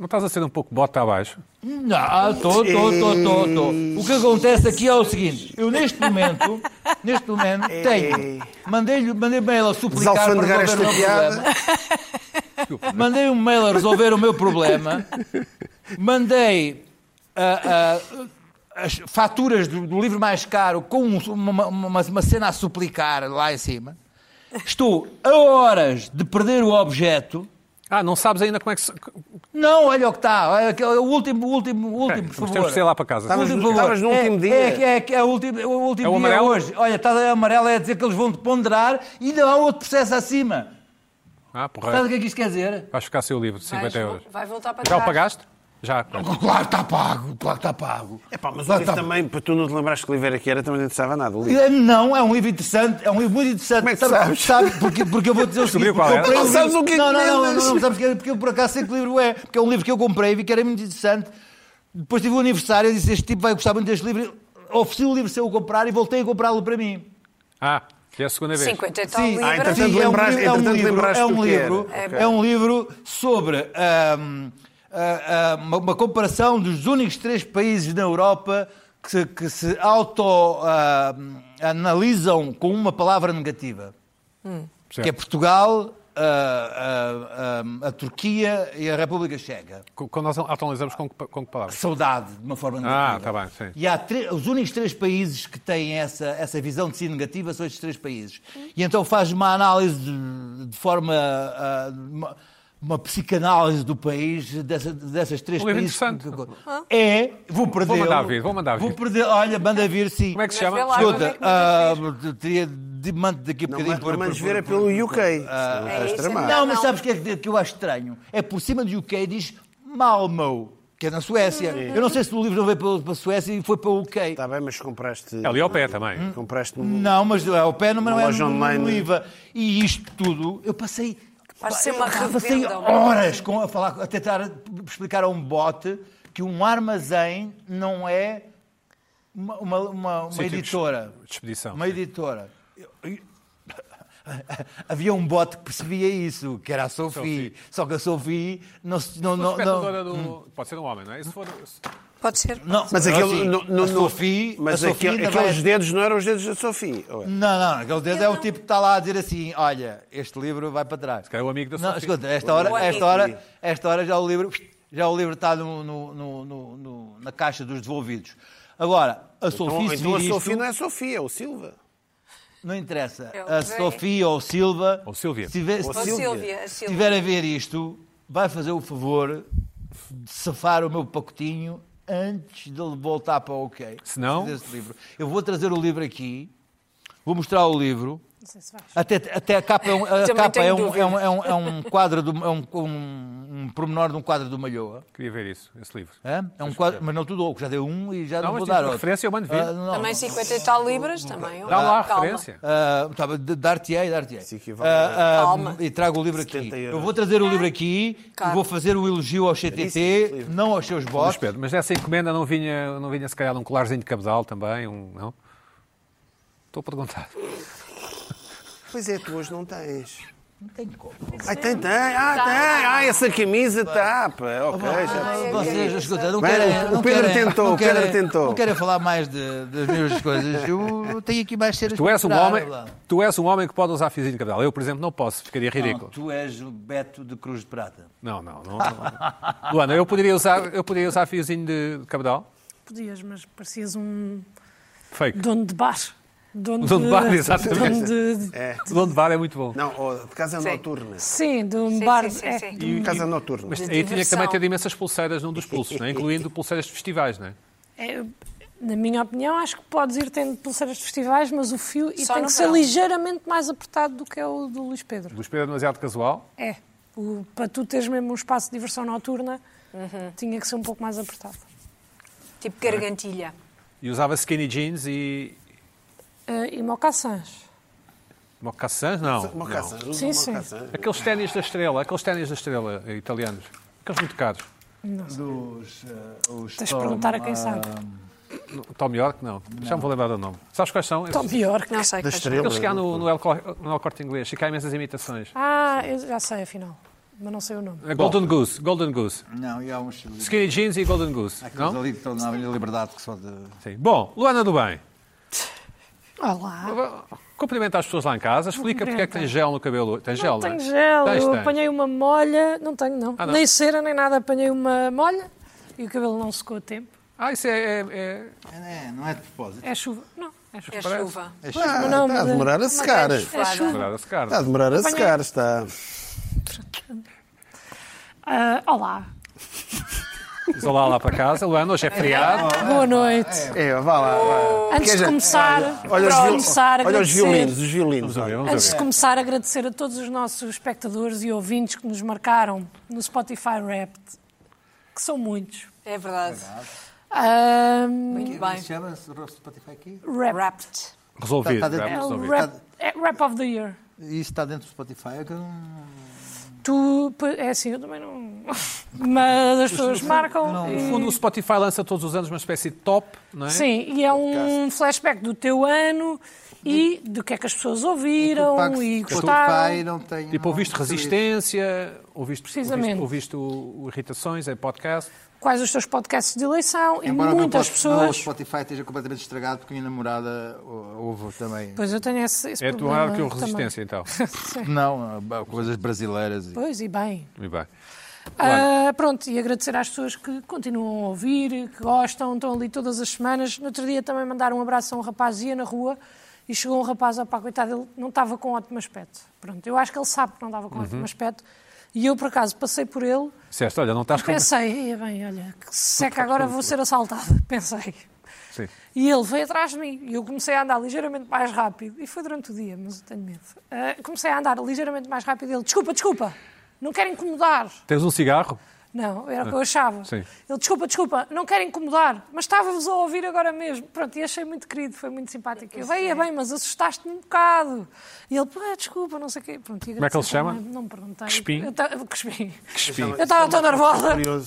Speaker 1: Não estás a ser um pouco bota abaixo?
Speaker 4: Não, Ah, tô, tô, tô, tô, tô. O que acontece aqui é o seguinte: eu neste momento, neste momento, tenho. Mandei-lhe mandei mail a suplicar para
Speaker 2: Desalfandegar
Speaker 4: resolver o meu
Speaker 2: esta piada.
Speaker 4: problema. Mandei um mail a resolver o meu problema. Mandei ah, ah, as faturas do, do livro mais caro com um- uma, uma- uma cena a suplicar lá em cima. Estou a horas de perder o objeto.
Speaker 1: Ah, não sabes ainda como é que se...
Speaker 4: Não, olha o que está. olha que- O último, o último, o último, por
Speaker 1: Mas
Speaker 4: favor.
Speaker 1: temos que ir lá para casa.
Speaker 2: Estavas
Speaker 4: Último
Speaker 2: no-
Speaker 4: favor.
Speaker 2: estavas no último
Speaker 4: é,
Speaker 2: dia.
Speaker 4: É, é, é, o último, o último
Speaker 1: É o
Speaker 4: dia
Speaker 1: amarelo?
Speaker 4: hoje. Olha, está a amarelo é dizer que eles vão te ponderar e ainda há outro processo acima.
Speaker 1: Ah,
Speaker 4: Sabe
Speaker 1: porra.
Speaker 4: o que é que isto quer dizer?
Speaker 1: Vais ficar sem o livro de 50
Speaker 3: Vais-
Speaker 1: euros.
Speaker 3: Vai voltar para
Speaker 1: Já o
Speaker 3: trás.
Speaker 1: pagaste? Já.
Speaker 2: Oh,
Speaker 4: Claro que está pago, claro que está pago.
Speaker 2: É pá, mas o
Speaker 4: Claro que
Speaker 2: livro
Speaker 4: está-
Speaker 2: também, para tu não te lembrares que livro era que era, também não interessava nada. O livro.
Speaker 4: É, Não, é um livro interessante, é um livro muito interessante.
Speaker 2: Como é que
Speaker 4: Sabe-
Speaker 2: sabes?
Speaker 4: Sabe, porque, porque eu vou dizer o seguinte.
Speaker 1: Descobriu qual
Speaker 4: eu
Speaker 1: era?
Speaker 4: comprei um
Speaker 2: Não sabes
Speaker 4: livro-
Speaker 2: o que é que
Speaker 4: não, não, não, não,
Speaker 2: vendes.
Speaker 4: não, não sabes que é, porque eu por acaso sei que livro é, porque é um livro que eu comprei e vi que era muito interessante. Depois tive um aniversário e disse: Este tipo vai gostar muito deste livro. Ofereci o livro se eu comprar e voltei a comprá-lo para mim.
Speaker 1: Ah, já é a segunda vez.
Speaker 3: 50 e tal libras.
Speaker 2: Ah, entretanto,
Speaker 4: Sim, é um
Speaker 2: lembraste-
Speaker 4: livro- é um
Speaker 2: entretanto,
Speaker 4: livro-
Speaker 2: lembraste
Speaker 4: é
Speaker 2: do
Speaker 4: um
Speaker 2: que era.
Speaker 4: livro,
Speaker 2: Ok.
Speaker 4: é um livro sobre ahm, ah, ah, uma, uma comparação dos únicos três países na Europa que se, que se auto ahm, analisam com uma palavra negativa,
Speaker 1: Certo.
Speaker 4: que é Portugal, ah, ah, ah, a Turquia e a República Checa.
Speaker 1: Co- Quando nós atualizamos com que, com que palavras?
Speaker 4: Saudade, de uma forma negativa.
Speaker 1: Ah, está bem, sim.
Speaker 4: E há tre- os únicos três países que têm essa, essa visão de si negativa são estes três países. E então faz uma análise de, de forma. ah, uma, uma psicanálise do país dessa, dessas três
Speaker 1: Um livro
Speaker 4: países.
Speaker 1: interessante.
Speaker 4: É, vou perder.
Speaker 1: mandar vir, vou mandar vir.
Speaker 4: perder, olha, manda vir sim.
Speaker 1: Como é que se chama?
Speaker 3: Vê lá,
Speaker 4: Escuta,
Speaker 3: vamos ver como é
Speaker 4: ah,
Speaker 3: que
Speaker 4: teria de mando daqui a
Speaker 2: Não,
Speaker 4: bocadinho
Speaker 2: mas
Speaker 4: por-
Speaker 2: pelo menos
Speaker 4: por-
Speaker 2: ver é
Speaker 4: por-
Speaker 2: pelo UK. senão
Speaker 3: é
Speaker 2: estás
Speaker 3: isso, é
Speaker 2: tramado.
Speaker 3: melhor.
Speaker 4: não, mas
Speaker 3: não.
Speaker 4: sabes o que é que- que eu acho estranho? É por cima do UK diz Malmo, que é na Suécia.
Speaker 3: Uhum.
Speaker 4: Eu não sei se o livro não veio para, para a Suécia e foi para o UK.
Speaker 2: Está Tá bem, mas compraste.
Speaker 1: É ali ao pé
Speaker 4: Hum.
Speaker 1: também.
Speaker 2: Compraste um.
Speaker 4: Não, mas é o pé, mas não
Speaker 2: Uma
Speaker 4: é
Speaker 2: loja
Speaker 4: no, no,
Speaker 2: online.
Speaker 4: no IVA. E isto tudo, eu passei.
Speaker 3: Parece ser
Speaker 4: eu
Speaker 3: uma
Speaker 4: passei
Speaker 3: revenda, uma assim.
Speaker 4: horas com, a, falar, a tentar explicar a um bote que um armazém não é uma, uma, uma, uma
Speaker 1: Sítio de
Speaker 4: editora.
Speaker 1: Então. expedição,
Speaker 4: Uma
Speaker 1: sim.
Speaker 4: editora. Eu- eu- havia um bote que percebia isso, que era a Sophie. Só que a Sophie não se. Não, não, não, Hum.
Speaker 1: Espectadora do... Pode ser um homem, não é? E se for...
Speaker 3: Pode ser.
Speaker 4: não,
Speaker 2: Mas, aquele,
Speaker 4: assim,
Speaker 2: não- não- não-
Speaker 4: a Sophie.
Speaker 2: mas
Speaker 4: a Sophie
Speaker 2: aquele-
Speaker 4: ainda vai-
Speaker 2: aqueles dedos não eram os dedos da Sofia. ou é?
Speaker 4: Não, não, aquele dedo é o
Speaker 3: não-
Speaker 4: tipo que está lá a dizer assim: olha, este livro vai para trás.
Speaker 1: calhar é o amigo da
Speaker 4: Não,
Speaker 1: Sophie.
Speaker 4: escuta, esta hora,
Speaker 3: O amigo.
Speaker 4: esta hora, esta hora já o livro, já o livro está no, no- no- no- no- na caixa dos devolvidos. Agora, a
Speaker 2: Então,
Speaker 4: Sofia se
Speaker 2: então
Speaker 4: vir
Speaker 2: a
Speaker 4: isto,
Speaker 2: Sofia não é Sofia, é o Silva.
Speaker 4: não interessa.
Speaker 3: É o
Speaker 4: A
Speaker 3: Zé.
Speaker 4: Sofia ou Silva,
Speaker 1: Ou Silvia.
Speaker 4: se tiver-
Speaker 3: Ou
Speaker 4: se-
Speaker 3: Silvia. a
Speaker 4: se
Speaker 3: Silvia.
Speaker 4: estiver a ver isto, vai fazer o favor de safar o meu pacotinho antes de ele voltar para o OK.
Speaker 1: Se não-
Speaker 4: Desse livro. Eu vou trazer o livro aqui, vou mostrar o livro.
Speaker 5: Não sei se vais.
Speaker 4: Até, até a capa é um, a
Speaker 3: Também
Speaker 4: capa
Speaker 3: tenho
Speaker 4: é um,
Speaker 3: dúvida.
Speaker 4: é um, é um, é um quadro, do, é um, um, um pormenor de um quadro do Malhoa.
Speaker 1: Queria ver isso, esse livro.
Speaker 4: É, é um quadro, mas não te dou, que já dei um e já
Speaker 1: Não,
Speaker 4: não,
Speaker 1: mas
Speaker 4: vou
Speaker 1: tens
Speaker 4: dar
Speaker 1: uma
Speaker 4: outro.
Speaker 1: referência, eu mando ver.
Speaker 4: Ah, não,
Speaker 3: Também 50 e tal libras, também.
Speaker 1: Dá lá a
Speaker 3: Calma.
Speaker 1: referência.
Speaker 4: Ah, tá, de- Dar-te-ei, dar-te-ei.
Speaker 2: Isso equivale
Speaker 4: Ah, ah,
Speaker 3: Calma.
Speaker 4: E trago o livro aqui.
Speaker 2: 70 euros.
Speaker 4: Eu vou trazer o livro
Speaker 5: Ah,
Speaker 4: aqui e
Speaker 3: Calma.
Speaker 4: vou fazer o elogio ao CTT, não aos seus
Speaker 1: Mas,
Speaker 4: bots.
Speaker 1: Pedro, mas essa encomenda não vinha, não vinha se calhar um colarzinho de cabedal também? Um, não? Estou a perguntar.
Speaker 2: Pois é, tu hoje não tens.
Speaker 4: Não tenho como.
Speaker 2: Ai, tem, tem.
Speaker 5: Tá,
Speaker 2: Ah, tem. Ah, essa camisa está. pá. Ok, já percebi.
Speaker 4: Vocês, escuta, não
Speaker 2: Vai,
Speaker 4: querem,
Speaker 2: o Pedro
Speaker 4: não querem-
Speaker 2: tentou,
Speaker 4: não
Speaker 2: o Pedro
Speaker 4: querem-
Speaker 2: tentou.
Speaker 4: Não querem falar mais de, das minhas coisas. Eu, eu tenho aqui mais cenas
Speaker 1: Tu és, um
Speaker 4: para
Speaker 1: homem,
Speaker 4: tirar, lá.
Speaker 1: tu és um homem que pode usar fizinho de cabedal. Eu, por exemplo, não posso. Ficaria
Speaker 4: Não,
Speaker 1: ridículo.
Speaker 4: tu és o Beto de Cruz de Prata.
Speaker 1: Não, não, não. não. Luana, eu poderia usar, eu poderia usar fiozinho de, de cabedal?
Speaker 5: Podias, mas parecias um
Speaker 1: Fake.
Speaker 5: dono de bar. Dono,
Speaker 1: Dono de bar, exatamente.
Speaker 5: dono de-
Speaker 2: É.
Speaker 1: O dono de bar é muito bom.
Speaker 2: Não, ó, de casa noturna.
Speaker 5: Sim, de um
Speaker 3: Sim,
Speaker 5: bar.
Speaker 3: sim, sim,
Speaker 5: é.
Speaker 3: sim.
Speaker 2: De casa noturna.
Speaker 1: Mas
Speaker 3: De
Speaker 1: aí tinha que também
Speaker 3: diversão.
Speaker 1: ter imensas pulseiras num dos pulsos, não é? incluindo pulseiras de festivais, não é?
Speaker 5: É, na minha opinião, acho que podes ir tendo pulseiras de festivais, mas o fio e
Speaker 3: Só
Speaker 5: tem
Speaker 3: no
Speaker 5: que ser
Speaker 3: verão.
Speaker 5: ligeiramente mais apertado do que é o do Luís Pedro.
Speaker 1: Luís Pedro é demasiado casual.
Speaker 5: É. O- para tu teres mesmo um espaço de diversão noturna,
Speaker 3: Uhum.
Speaker 5: tinha que ser um pouco mais apertado.
Speaker 3: Tipo gargantilha.
Speaker 1: E usava skinny jeans e.
Speaker 5: Ah, e mocassins.
Speaker 1: mocassins? Não. não.
Speaker 2: Uma caça, usa
Speaker 5: Sim,
Speaker 2: uma
Speaker 5: sim.
Speaker 2: caça.
Speaker 1: Aqueles ténis da estrela, aqueles ténis da estrela eh, italianos. Aqueles muito caros.
Speaker 4: Dos, eh, os
Speaker 5: Tens de
Speaker 4: Tom,
Speaker 5: perguntar a quem
Speaker 4: ah,
Speaker 5: sabe.
Speaker 1: Tom York, não. Já me vou lembrar do nome. Sabes quais são?
Speaker 5: Tom pior que
Speaker 3: Não
Speaker 5: não.
Speaker 3: sei.
Speaker 2: Da
Speaker 3: quais-
Speaker 2: estrela.
Speaker 1: Aqueles que há no, no, El, Cor- no El Corte Inglês. E que há imensas imitações.
Speaker 5: Ah, eu já sei, afinal. Mas não sei o nome.
Speaker 1: A Golden Goose, Golden Goose.
Speaker 4: ah, Não, e há uns.
Speaker 1: Skinny jeans e Golden Goose.
Speaker 4: Aqueles
Speaker 1: Não?
Speaker 4: ali que estão na Avenida Liberdade que só de...
Speaker 1: Sim. Bom, Luana do Bem.
Speaker 5: Olá.
Speaker 1: Cumprimenta as pessoas lá em casa. Explica porque é que tem gel no cabelo. hoje. Tem gel,
Speaker 5: Não tenho
Speaker 1: é?
Speaker 5: gel,
Speaker 1: Tens,
Speaker 5: eu
Speaker 1: tens.
Speaker 5: apanhei uma molha. Não tenho, não.
Speaker 1: Ah, não.
Speaker 5: Nem cera, nem nada. Apanhei uma molha e o cabelo não secou a tempo.
Speaker 1: Ah, isso é... é- é-
Speaker 4: É, não é de propósito.
Speaker 5: É chuva. Não, é chuva.
Speaker 3: É chuva.
Speaker 2: Ah, está
Speaker 5: não,
Speaker 2: a
Speaker 5: mas é-
Speaker 2: demorar a secar.
Speaker 3: Mas é
Speaker 2: Está
Speaker 3: desfada.
Speaker 1: Verdade, esse cara.
Speaker 2: a demorar a secar, está.
Speaker 5: Ah, olá.
Speaker 1: Diz olá lá para casa. Luana, hoje é feriado.
Speaker 5: Boa noite.
Speaker 2: É, vá lá. vá. Quer
Speaker 5: Antes de
Speaker 2: dizer,
Speaker 5: começar,
Speaker 2: Olha,
Speaker 5: Oh, para
Speaker 2: os, viol... olha
Speaker 5: começar
Speaker 2: os
Speaker 5: agradecer-
Speaker 2: violinos, os violinos.
Speaker 1: Vamos a ver,
Speaker 2: olha.
Speaker 1: vamos a
Speaker 5: Antes
Speaker 1: ver.
Speaker 5: de começar, agradecer a todos os nossos espectadores e ouvintes que nos marcaram no Spotify Wrapped, que são muitos.
Speaker 3: É verdade.
Speaker 5: Ahm,
Speaker 3: Muito bem.
Speaker 4: Chama-se Spotify aqui?
Speaker 5: Wrapped.
Speaker 3: Wrapped.
Speaker 1: Resolvido.
Speaker 4: Tá- tá
Speaker 1: já
Speaker 5: É o
Speaker 1: resolvido.
Speaker 5: rap, é rap of the Year.
Speaker 4: Isso está dentro do Spotify. é que eu não-
Speaker 5: Tu, p- é assim, eu também não... Mas as pessoas marcam
Speaker 4: não,
Speaker 1: No
Speaker 5: e-
Speaker 1: fundo, o Spotify lança todos os anos uma espécie de top, não é?
Speaker 5: Sim, e é um flashback do teu ano e do que é que as pessoas ouviram e,
Speaker 4: Porque o Spotify
Speaker 5: gostaram.
Speaker 4: não tem.
Speaker 1: Tipo,
Speaker 4: não-
Speaker 1: ouviste Resistência, ouviste,
Speaker 5: Precisamente.
Speaker 1: ouviste, ouviste o, o Irritações, é podcast.
Speaker 5: Quais os teus podcasts de eleição e
Speaker 4: Embora o meu
Speaker 5: muitas
Speaker 4: pod-
Speaker 5: pessoas...
Speaker 4: O Spotify esteja completamente estragado porque a minha namorada ou- ouve também.
Speaker 5: Pois eu tenho esse, esse
Speaker 1: É tu
Speaker 5: problema
Speaker 1: maior que o
Speaker 5: também.
Speaker 1: Resistência, então.
Speaker 5: Sim.
Speaker 4: Não, ah, coisas brasileiras. e-
Speaker 5: Pois, e bem.
Speaker 1: Muito bem.
Speaker 5: Ah, pronto, e agradecer às pessoas que continuam a ouvir, que gostam, estão ali todas as semanas. No outro dia também mandaram um abraço a um rapaz, ia na rua e chegou um rapaz, opá, coitado, ele não estava com ótimo aspecto. Pronto, eu acho que ele sabe que não estava com ótimo aspecto. E eu, por acaso, passei por ele
Speaker 1: Disseste, olha, não estás
Speaker 5: e
Speaker 1: com...
Speaker 5: pensei, "Ia bem, olha, que seca agora vou ser assaltada, pensei.
Speaker 1: Sim.
Speaker 5: E ele veio atrás de mim e eu comecei a andar ligeiramente mais rápido. E foi durante o dia, mas eu tenho medo. Ah, comecei a andar ligeiramente mais rápido e ele, desculpa, desculpa, não quero incomodar.
Speaker 1: Tens um cigarro?
Speaker 5: Não, era o que eu achava.
Speaker 1: Ah, Sim.
Speaker 5: Ele, desculpa, desculpa, não quero incomodar, mas estava-vos a ouvir agora mesmo. Pronto, e achei muito querido, foi muito simpático. Eu, veia bem, mas assustaste-me um bocado. E ele, pá, desculpa, não sei o quê. Pronto, e
Speaker 1: Como é que ele se chama?
Speaker 5: Não, não me perguntei.
Speaker 1: Crespim?
Speaker 5: Eu ta- Crespim.
Speaker 1: Cuspi.
Speaker 5: Eu
Speaker 2: é
Speaker 5: estava tão nervosa.
Speaker 2: Curioso.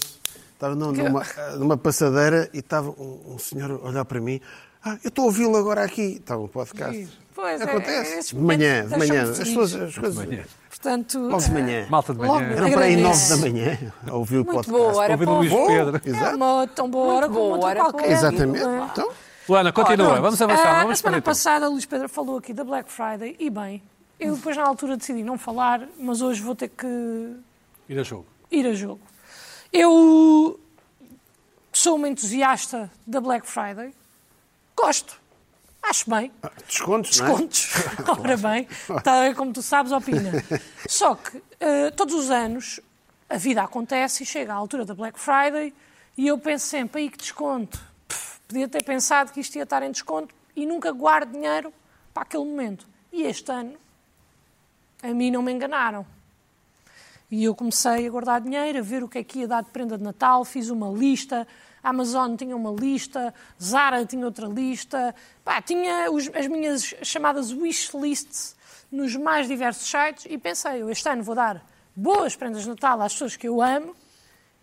Speaker 2: Estava num- numa, numa passadeira e estava um, um senhor a olhar para mim. Ah, eu estou a ouvi-lo agora aqui. Estava um podcast.
Speaker 5: Pois, é-
Speaker 2: Acontece.
Speaker 5: é, esses
Speaker 2: de manhã,
Speaker 5: momentos
Speaker 2: de manhã.
Speaker 5: deixam-me
Speaker 2: As
Speaker 5: feliz.
Speaker 2: pessoas, as coisas.
Speaker 5: Portanto,
Speaker 2: Logo de manhã.
Speaker 1: Malta de
Speaker 5: Logo,
Speaker 1: manhã.
Speaker 2: Eram para aí nove
Speaker 5: Agradeço.
Speaker 2: da manhã a ouvir o
Speaker 3: Muito
Speaker 2: podcast.
Speaker 3: boa hora,
Speaker 1: Ouvindo o Luís
Speaker 3: povo.
Speaker 1: Pedro.
Speaker 5: é
Speaker 2: Exato.
Speaker 5: uma tão boa hora como
Speaker 3: boa
Speaker 5: outra
Speaker 3: hora,
Speaker 5: qualquer.
Speaker 3: boa.
Speaker 2: Exatamente.
Speaker 5: não é?
Speaker 2: Então,
Speaker 1: Luana, continua.
Speaker 3: Pronto.
Speaker 1: Vamos avançar. então.
Speaker 5: Ah,
Speaker 1: não
Speaker 5: na
Speaker 1: vamos
Speaker 5: semana
Speaker 1: perder tempo.
Speaker 5: passada, Luís Pedro falou aqui da Black Friday e bem. Eu depois, na altura, decidi não falar, mas hoje vou ter que
Speaker 1: Ir a jogo.
Speaker 5: ir a jogo. Eu sou uma entusiasta da Black Friday. Gosto. Acho bem.
Speaker 2: descontos, não é?
Speaker 5: Descontos. Ora bem. Está bem, como tu sabes, opina. Só que eh, todos os anos a vida acontece e chega à altura da Black Friday e eu penso sempre, aí que desconto. Pff, podia ter pensado que isto ia estar em desconto e nunca guardo dinheiro para aquele momento. E este ano a mim não me enganaram. E eu comecei a guardar dinheiro, a ver o que é que ia dar de prenda de Natal, fiz uma lista, a Amazon tinha uma lista, Zara tinha outra lista, pá, tinha os- as minhas chamadas wishlists nos mais diversos sites e pensei, eu este ano vou dar boas prendas de Natal às pessoas que eu amo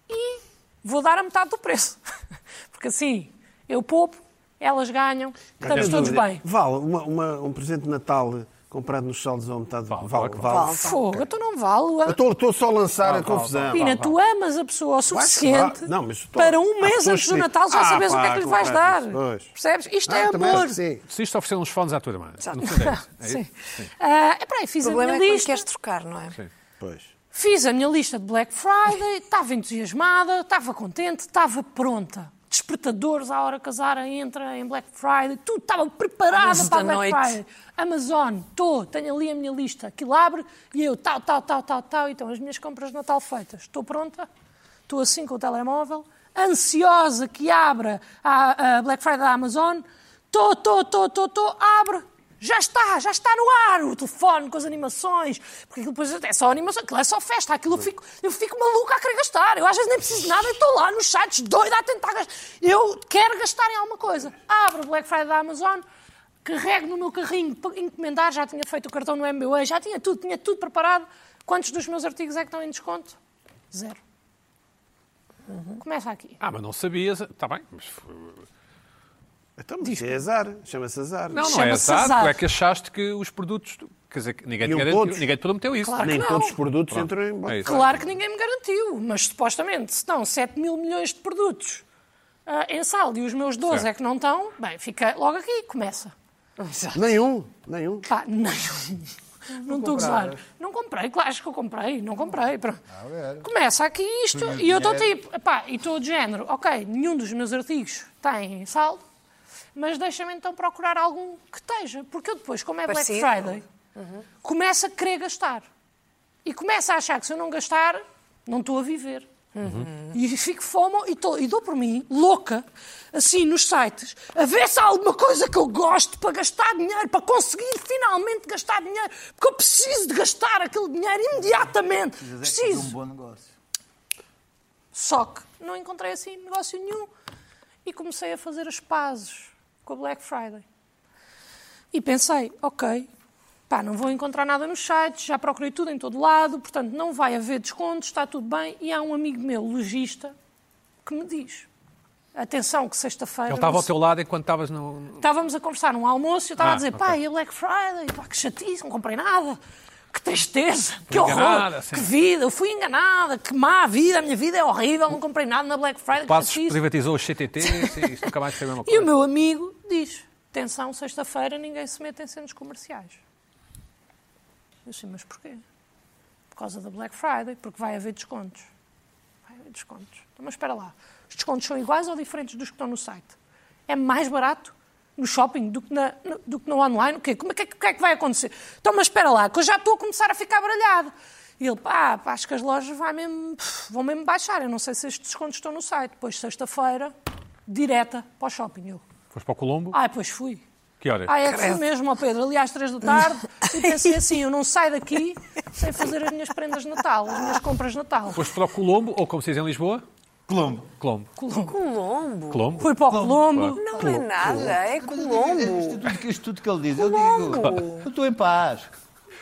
Speaker 5: e vou dar a metade do preço. Porque assim, eu poupo, elas ganham, estamos todos bem.
Speaker 2: Vale uma- uma- um presente de Natal comprado nos saldos ao metade. Vale,
Speaker 1: claro
Speaker 2: vale.
Speaker 1: que
Speaker 2: vale.
Speaker 5: Fogo, então não vale.
Speaker 2: Eu estou- Estou só a lançar a confusão.
Speaker 5: Pina, tu amas a pessoa o suficiente
Speaker 2: vá. Não, mas tu-
Speaker 5: para um
Speaker 2: há
Speaker 5: mês
Speaker 2: pessoas
Speaker 5: antes do
Speaker 2: que-
Speaker 5: Natal já
Speaker 2: Ah,
Speaker 5: sabes o que é
Speaker 2: pá,
Speaker 5: que lhe vais dar.
Speaker 2: claro, pois.
Speaker 5: Percebes? Isto é
Speaker 2: Ah, também
Speaker 5: amor.
Speaker 2: acho que Sim.
Speaker 1: Decidiste oferecer uns fones à tua irmã. No fundo é isso.
Speaker 5: Sim. Ah, é para aí,
Speaker 3: O
Speaker 5: fiz a
Speaker 3: problema
Speaker 5: minha
Speaker 3: é quando
Speaker 5: lista.
Speaker 3: queres trocar, não é?
Speaker 2: Pois.
Speaker 5: Fiz a minha lista de Black Friday, estava entusiasmada, estava contente, estava pronta. Despertadores à hora que a Zara entra em Black Friday, tudo estava preparada
Speaker 3: Onze
Speaker 5: para a
Speaker 3: da
Speaker 5: Black
Speaker 3: noite.
Speaker 5: Friday. Amazon, estou, tenho ali a minha lista, aquilo abre e eu tal, tal, tal, tal, tal, então as minhas compras de Natal feitas. Estou pronta, estou assim com o telemóvel, ansiosa que abra a, a Black Friday da Amazon, estou, estou, estou, estou, estou, abre, já está, já está no ar o telefone com as animações, porque aquilo depois é só animação, aquilo é só festa, aquilo eu fico, eu fico maluca a querer gastar, eu às vezes nem preciso de nada e estou lá nos sites doida a tentar gastar, eu quero gastar em alguma coisa. Abro o Black Friday da Amazon, carrego no meu carrinho para encomendar, já tinha feito o cartão no MBA, já tinha tudo, tinha tudo preparado. Quantos dos meus artigos é que estão em desconto? Zero. Uhum. Começa aqui.
Speaker 1: Ah, mas não sabias. Está bem. Mas... foi-
Speaker 2: Então, mas é azar. Chama-se azar.
Speaker 1: Não, não é
Speaker 5: Chama-se
Speaker 1: azar.
Speaker 5: azar.
Speaker 1: Tu é que achaste que os produtos. Quer dizer, que ninguém, te
Speaker 2: Iam
Speaker 1: garantiu-
Speaker 2: todos.
Speaker 1: ninguém te prometeu isso.
Speaker 5: Claro.
Speaker 2: um Nem
Speaker 5: não.
Speaker 2: todos os produtos entram em
Speaker 1: É isso.
Speaker 5: Claro que ninguém me garantiu, mas supostamente, se estão 7 mil milhões de produtos ah, em saldo e os meus 12
Speaker 1: Certo.
Speaker 5: é que não estão, bem, fica logo aqui, começa.
Speaker 2: Nenhum. Nenhum.
Speaker 5: Pá, não. Não estou a gozar. Não comprei, Ah, claro, acho que eu comprei. Não comprei. pronto. Começa aqui isto e eu estou tipo, pá, e estou de género, ok, nenhum dos meus artigos tem saldo, mas deixa-me então procurar algum que esteja. Porque eu depois, como é Black
Speaker 3: Parecido.
Speaker 5: Friday, começo a querer gastar. E começo a achar que se eu não gastar, não estou a viver. E fico fomo e, tô- e dou por mim, louca, assim nos sites, a ver se há alguma coisa que eu gosto para gastar dinheiro, para conseguir finalmente gastar dinheiro, porque eu preciso de gastar aquele dinheiro imediatamente. Preciso.
Speaker 4: Um bom negócio.
Speaker 5: Só que não encontrei assim negócio nenhum e comecei a fazer as pazes com a Black Friday. E pensei, ok, pá, não vou encontrar nada nos sites, já procurei tudo em todo lado, portanto não vai haver descontos, está tudo bem. E há um amigo meu, logista, que me diz: atenção, que sexta-feira.
Speaker 1: Ele estava
Speaker 5: não
Speaker 1: ao
Speaker 5: se-
Speaker 1: teu lado enquanto estavas no.
Speaker 5: Estávamos a conversar num almoço e eu estava
Speaker 1: Ah,
Speaker 5: a dizer,
Speaker 1: ok.
Speaker 5: pá, e a Black Friday, pá, que chatice, não comprei nada. Que tristeza, que
Speaker 1: enganada,
Speaker 5: horror,
Speaker 1: sim.
Speaker 5: que vida, eu fui enganada, que má vida, a minha vida é horrível, não comprei nada na Black Friday, que
Speaker 1: Passos
Speaker 5: chatice.
Speaker 1: privatizou os CTT. Sim, isto nunca mais foi a mesma
Speaker 5: E
Speaker 1: coisa.
Speaker 5: o meu amigo diz: atenção, sexta-feira ninguém se mete em centros comerciais. Eu disse, mas porquê? Por causa da Black Friday, porque vai haver descontos. Vai haver descontos. Então, mas espera lá, os descontos são iguais ou diferentes dos que estão no site? É mais barato no shopping do que, na, no- do que no online? O quê? Como é que, o que é que vai acontecer? Então, mas espera lá, que eu já estou a começar a ficar baralhado. E ele, pá, pá, acho que as lojas vai mesmo- vão mesmo baixar. Eu não sei se estes descontos estão no site. Depois, sexta-feira, direta para o shopping. Eu,
Speaker 1: Foste para o Colombo.
Speaker 5: ai, pois fui.
Speaker 1: Que horas?
Speaker 5: Ah, é que fui mesmo ao Pedro, ali às três da tarde, e pensei assim, eu não saio daqui sem fazer as minhas prendas de Natal, as minhas compras de Natal.
Speaker 1: Foste para o Colombo, ou como se diz em Lisboa,
Speaker 4: Colombo.
Speaker 1: Colombo.
Speaker 5: Colombo.
Speaker 3: Colombo.
Speaker 1: Colombo.
Speaker 5: Fui para o Colombo.
Speaker 3: Não é nada, é
Speaker 4: Mas eu digo, Isto
Speaker 3: Colombo.
Speaker 4: é tudo, isto tudo que ele
Speaker 5: Um
Speaker 4: diz. Eu digo, eu estou em paz.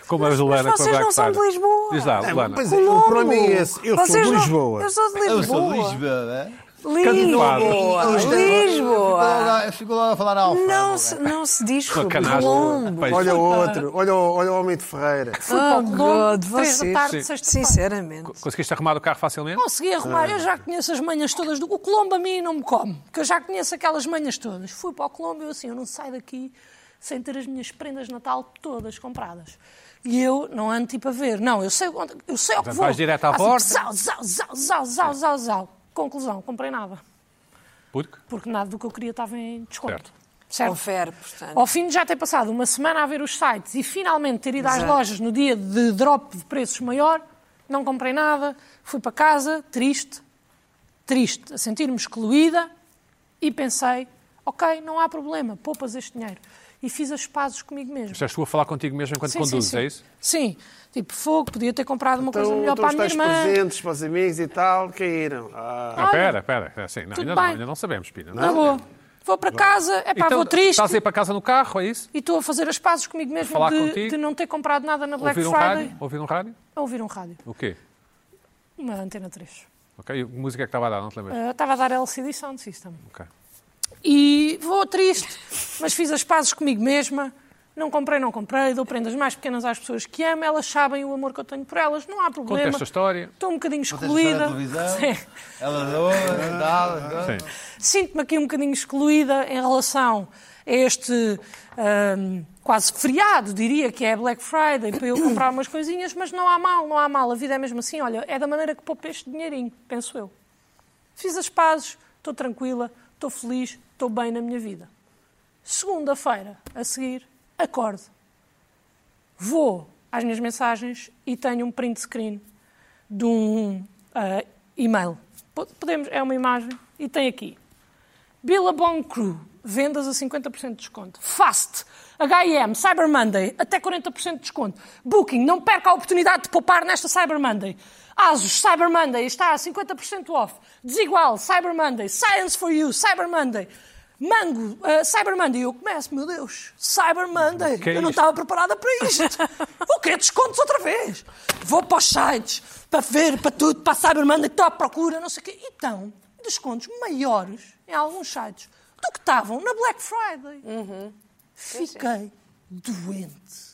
Speaker 1: Como a Luana com a
Speaker 3: vocês
Speaker 1: Black
Speaker 3: não são de
Speaker 1: Friday.
Speaker 3: Lisboa.
Speaker 1: Diz lá,
Speaker 2: É,
Speaker 1: Luana.
Speaker 2: pois é, o problema é esse. Eu sou
Speaker 3: Vocês
Speaker 2: de
Speaker 3: não-
Speaker 2: Lisboa.
Speaker 3: Eu sou de
Speaker 4: Eu
Speaker 3: Lisboa.
Speaker 4: sou de Lisboa. é?
Speaker 3: Lisboa.
Speaker 4: Ficou
Speaker 3: Lisboa.
Speaker 4: lá- Ficou lá a falar na Alfa. né?
Speaker 3: Não se, não se diz
Speaker 1: Com a canastra.
Speaker 3: Colombo.
Speaker 1: Pois.
Speaker 2: Olha o outro, olha o, olha o homem de Ferreira.
Speaker 3: Oh,
Speaker 5: Colombo,
Speaker 3: God,
Speaker 5: três da
Speaker 3: vocês.
Speaker 5: tarde, sexta-feira.
Speaker 3: Sinceramente.
Speaker 1: Conseguiste arrumar o carro facilmente?
Speaker 5: Consegui arrumar, eu já conheço as manhas todas. do- O Colombo a mim não me come, que eu já conheço aquelas manhas todas. Fui para o Colombo e eu assim, eu não saio daqui sem ter as minhas prendas de Natal todas compradas. E eu não ando tipo a ver. Não, eu sei, onde- eu sei ao que
Speaker 1: Portanto,
Speaker 5: vou.
Speaker 1: vais direto à
Speaker 5: Assim,
Speaker 1: borda.
Speaker 5: Zau, zau, zau, zau, zau, zau, zau. Conclusão, comprei nada.
Speaker 1: Porque?
Speaker 5: Porque nada do que eu queria estava em desconto.
Speaker 1: Certo.
Speaker 5: Certo?
Speaker 3: Confere, portanto.
Speaker 5: Ao fim de já ter passado uma semana a ver os sites e finalmente ter ido às
Speaker 3: Exato.
Speaker 5: lojas no dia de drop de preços maior, não comprei nada, fui para casa, triste, triste, a sentir-me excluída e pensei, ok, não há problema, poupas este dinheiro. E fiz as pazes comigo mesmo.
Speaker 1: Já estou a falar contigo mesmo enquanto conduzes,
Speaker 5: sim.
Speaker 1: é isso?
Speaker 5: Sim, tipo, fogo, podia ter comprado uma coisa
Speaker 2: Então,
Speaker 5: melhor
Speaker 2: então
Speaker 5: para a minha
Speaker 2: estás
Speaker 5: irmã.
Speaker 2: presentes para os amigos e tal, caíram. Ah,
Speaker 1: Ah, pera, pera. É assim, não,
Speaker 5: tudo
Speaker 1: ainda, não,
Speaker 5: bem.
Speaker 1: ainda não sabemos, Pina.
Speaker 5: Na boa. Vou para casa, é pá, vou triste.
Speaker 1: estás a ir para casa no carro, é isso?
Speaker 5: E estou a fazer as pazes comigo mesmo
Speaker 1: falar
Speaker 5: de,
Speaker 1: contigo.
Speaker 5: de não ter comprado nada na Black
Speaker 1: ouvir um
Speaker 5: Friday.
Speaker 1: rádio? Ouvir um rádio?
Speaker 5: A ouvir um rádio.
Speaker 1: O quê?
Speaker 5: Uma antena 3.
Speaker 1: Ok, e a música é que estava a dar, não te lembras?
Speaker 5: Estava a dar LCD Sound System.
Speaker 1: Ok.
Speaker 5: E vou triste, mas fiz as pazes comigo mesma. Não comprei, não comprei. Dou prendas mais pequenas às pessoas que amo. Elas sabem o amor que eu tenho por elas. Não há
Speaker 1: Conta
Speaker 5: problema.
Speaker 1: esta história.
Speaker 5: Estou um bocadinho
Speaker 4: Excluída.
Speaker 5: excluída.
Speaker 4: televisão.
Speaker 5: Sim.
Speaker 4: Ela doa e tal. né?
Speaker 1: Sim.
Speaker 5: Sinto-me aqui um bocadinho excluída em relação a este ahm, quase feriado, diria que é Black Friday, para eu comprar umas coisinhas, mas não há mal, não há mal. A vida é mesmo assim, olha, é da maneira que poupa este dinheirinho, penso eu. Fiz as pazes, estou tranquila, estou feliz, estou bem na minha vida. Segunda-feira, a seguir, acordo. Vou às minhas mensagens e tenho um print screen de um ah, e-mail. Po- Podemos, é uma imagem e tem aqui. Billabong Crew, vendas a 50% de desconto. Fast, H&M, Cyber Monday, até 40% de desconto. Booking, não perca a oportunidade de poupar nesta Cyber Monday. Asus, Cyber Monday, está a 50% off. Desigual, Cyber Monday, Science for You, Cyber Monday. Mango, ah, Cyber Monday, eu começo, meu Deus, Cyber Monday,
Speaker 1: Que é
Speaker 5: eu não
Speaker 1: isto?
Speaker 5: estava preparada para isto. o quê? Descontos outra vez. Vou para os sites, para ver, para tudo, para a Cyber Monday, que estou à procura, não sei o quê. Então, descontos maiores em alguns sites do que estavam na Black Friday. Fiquei doente.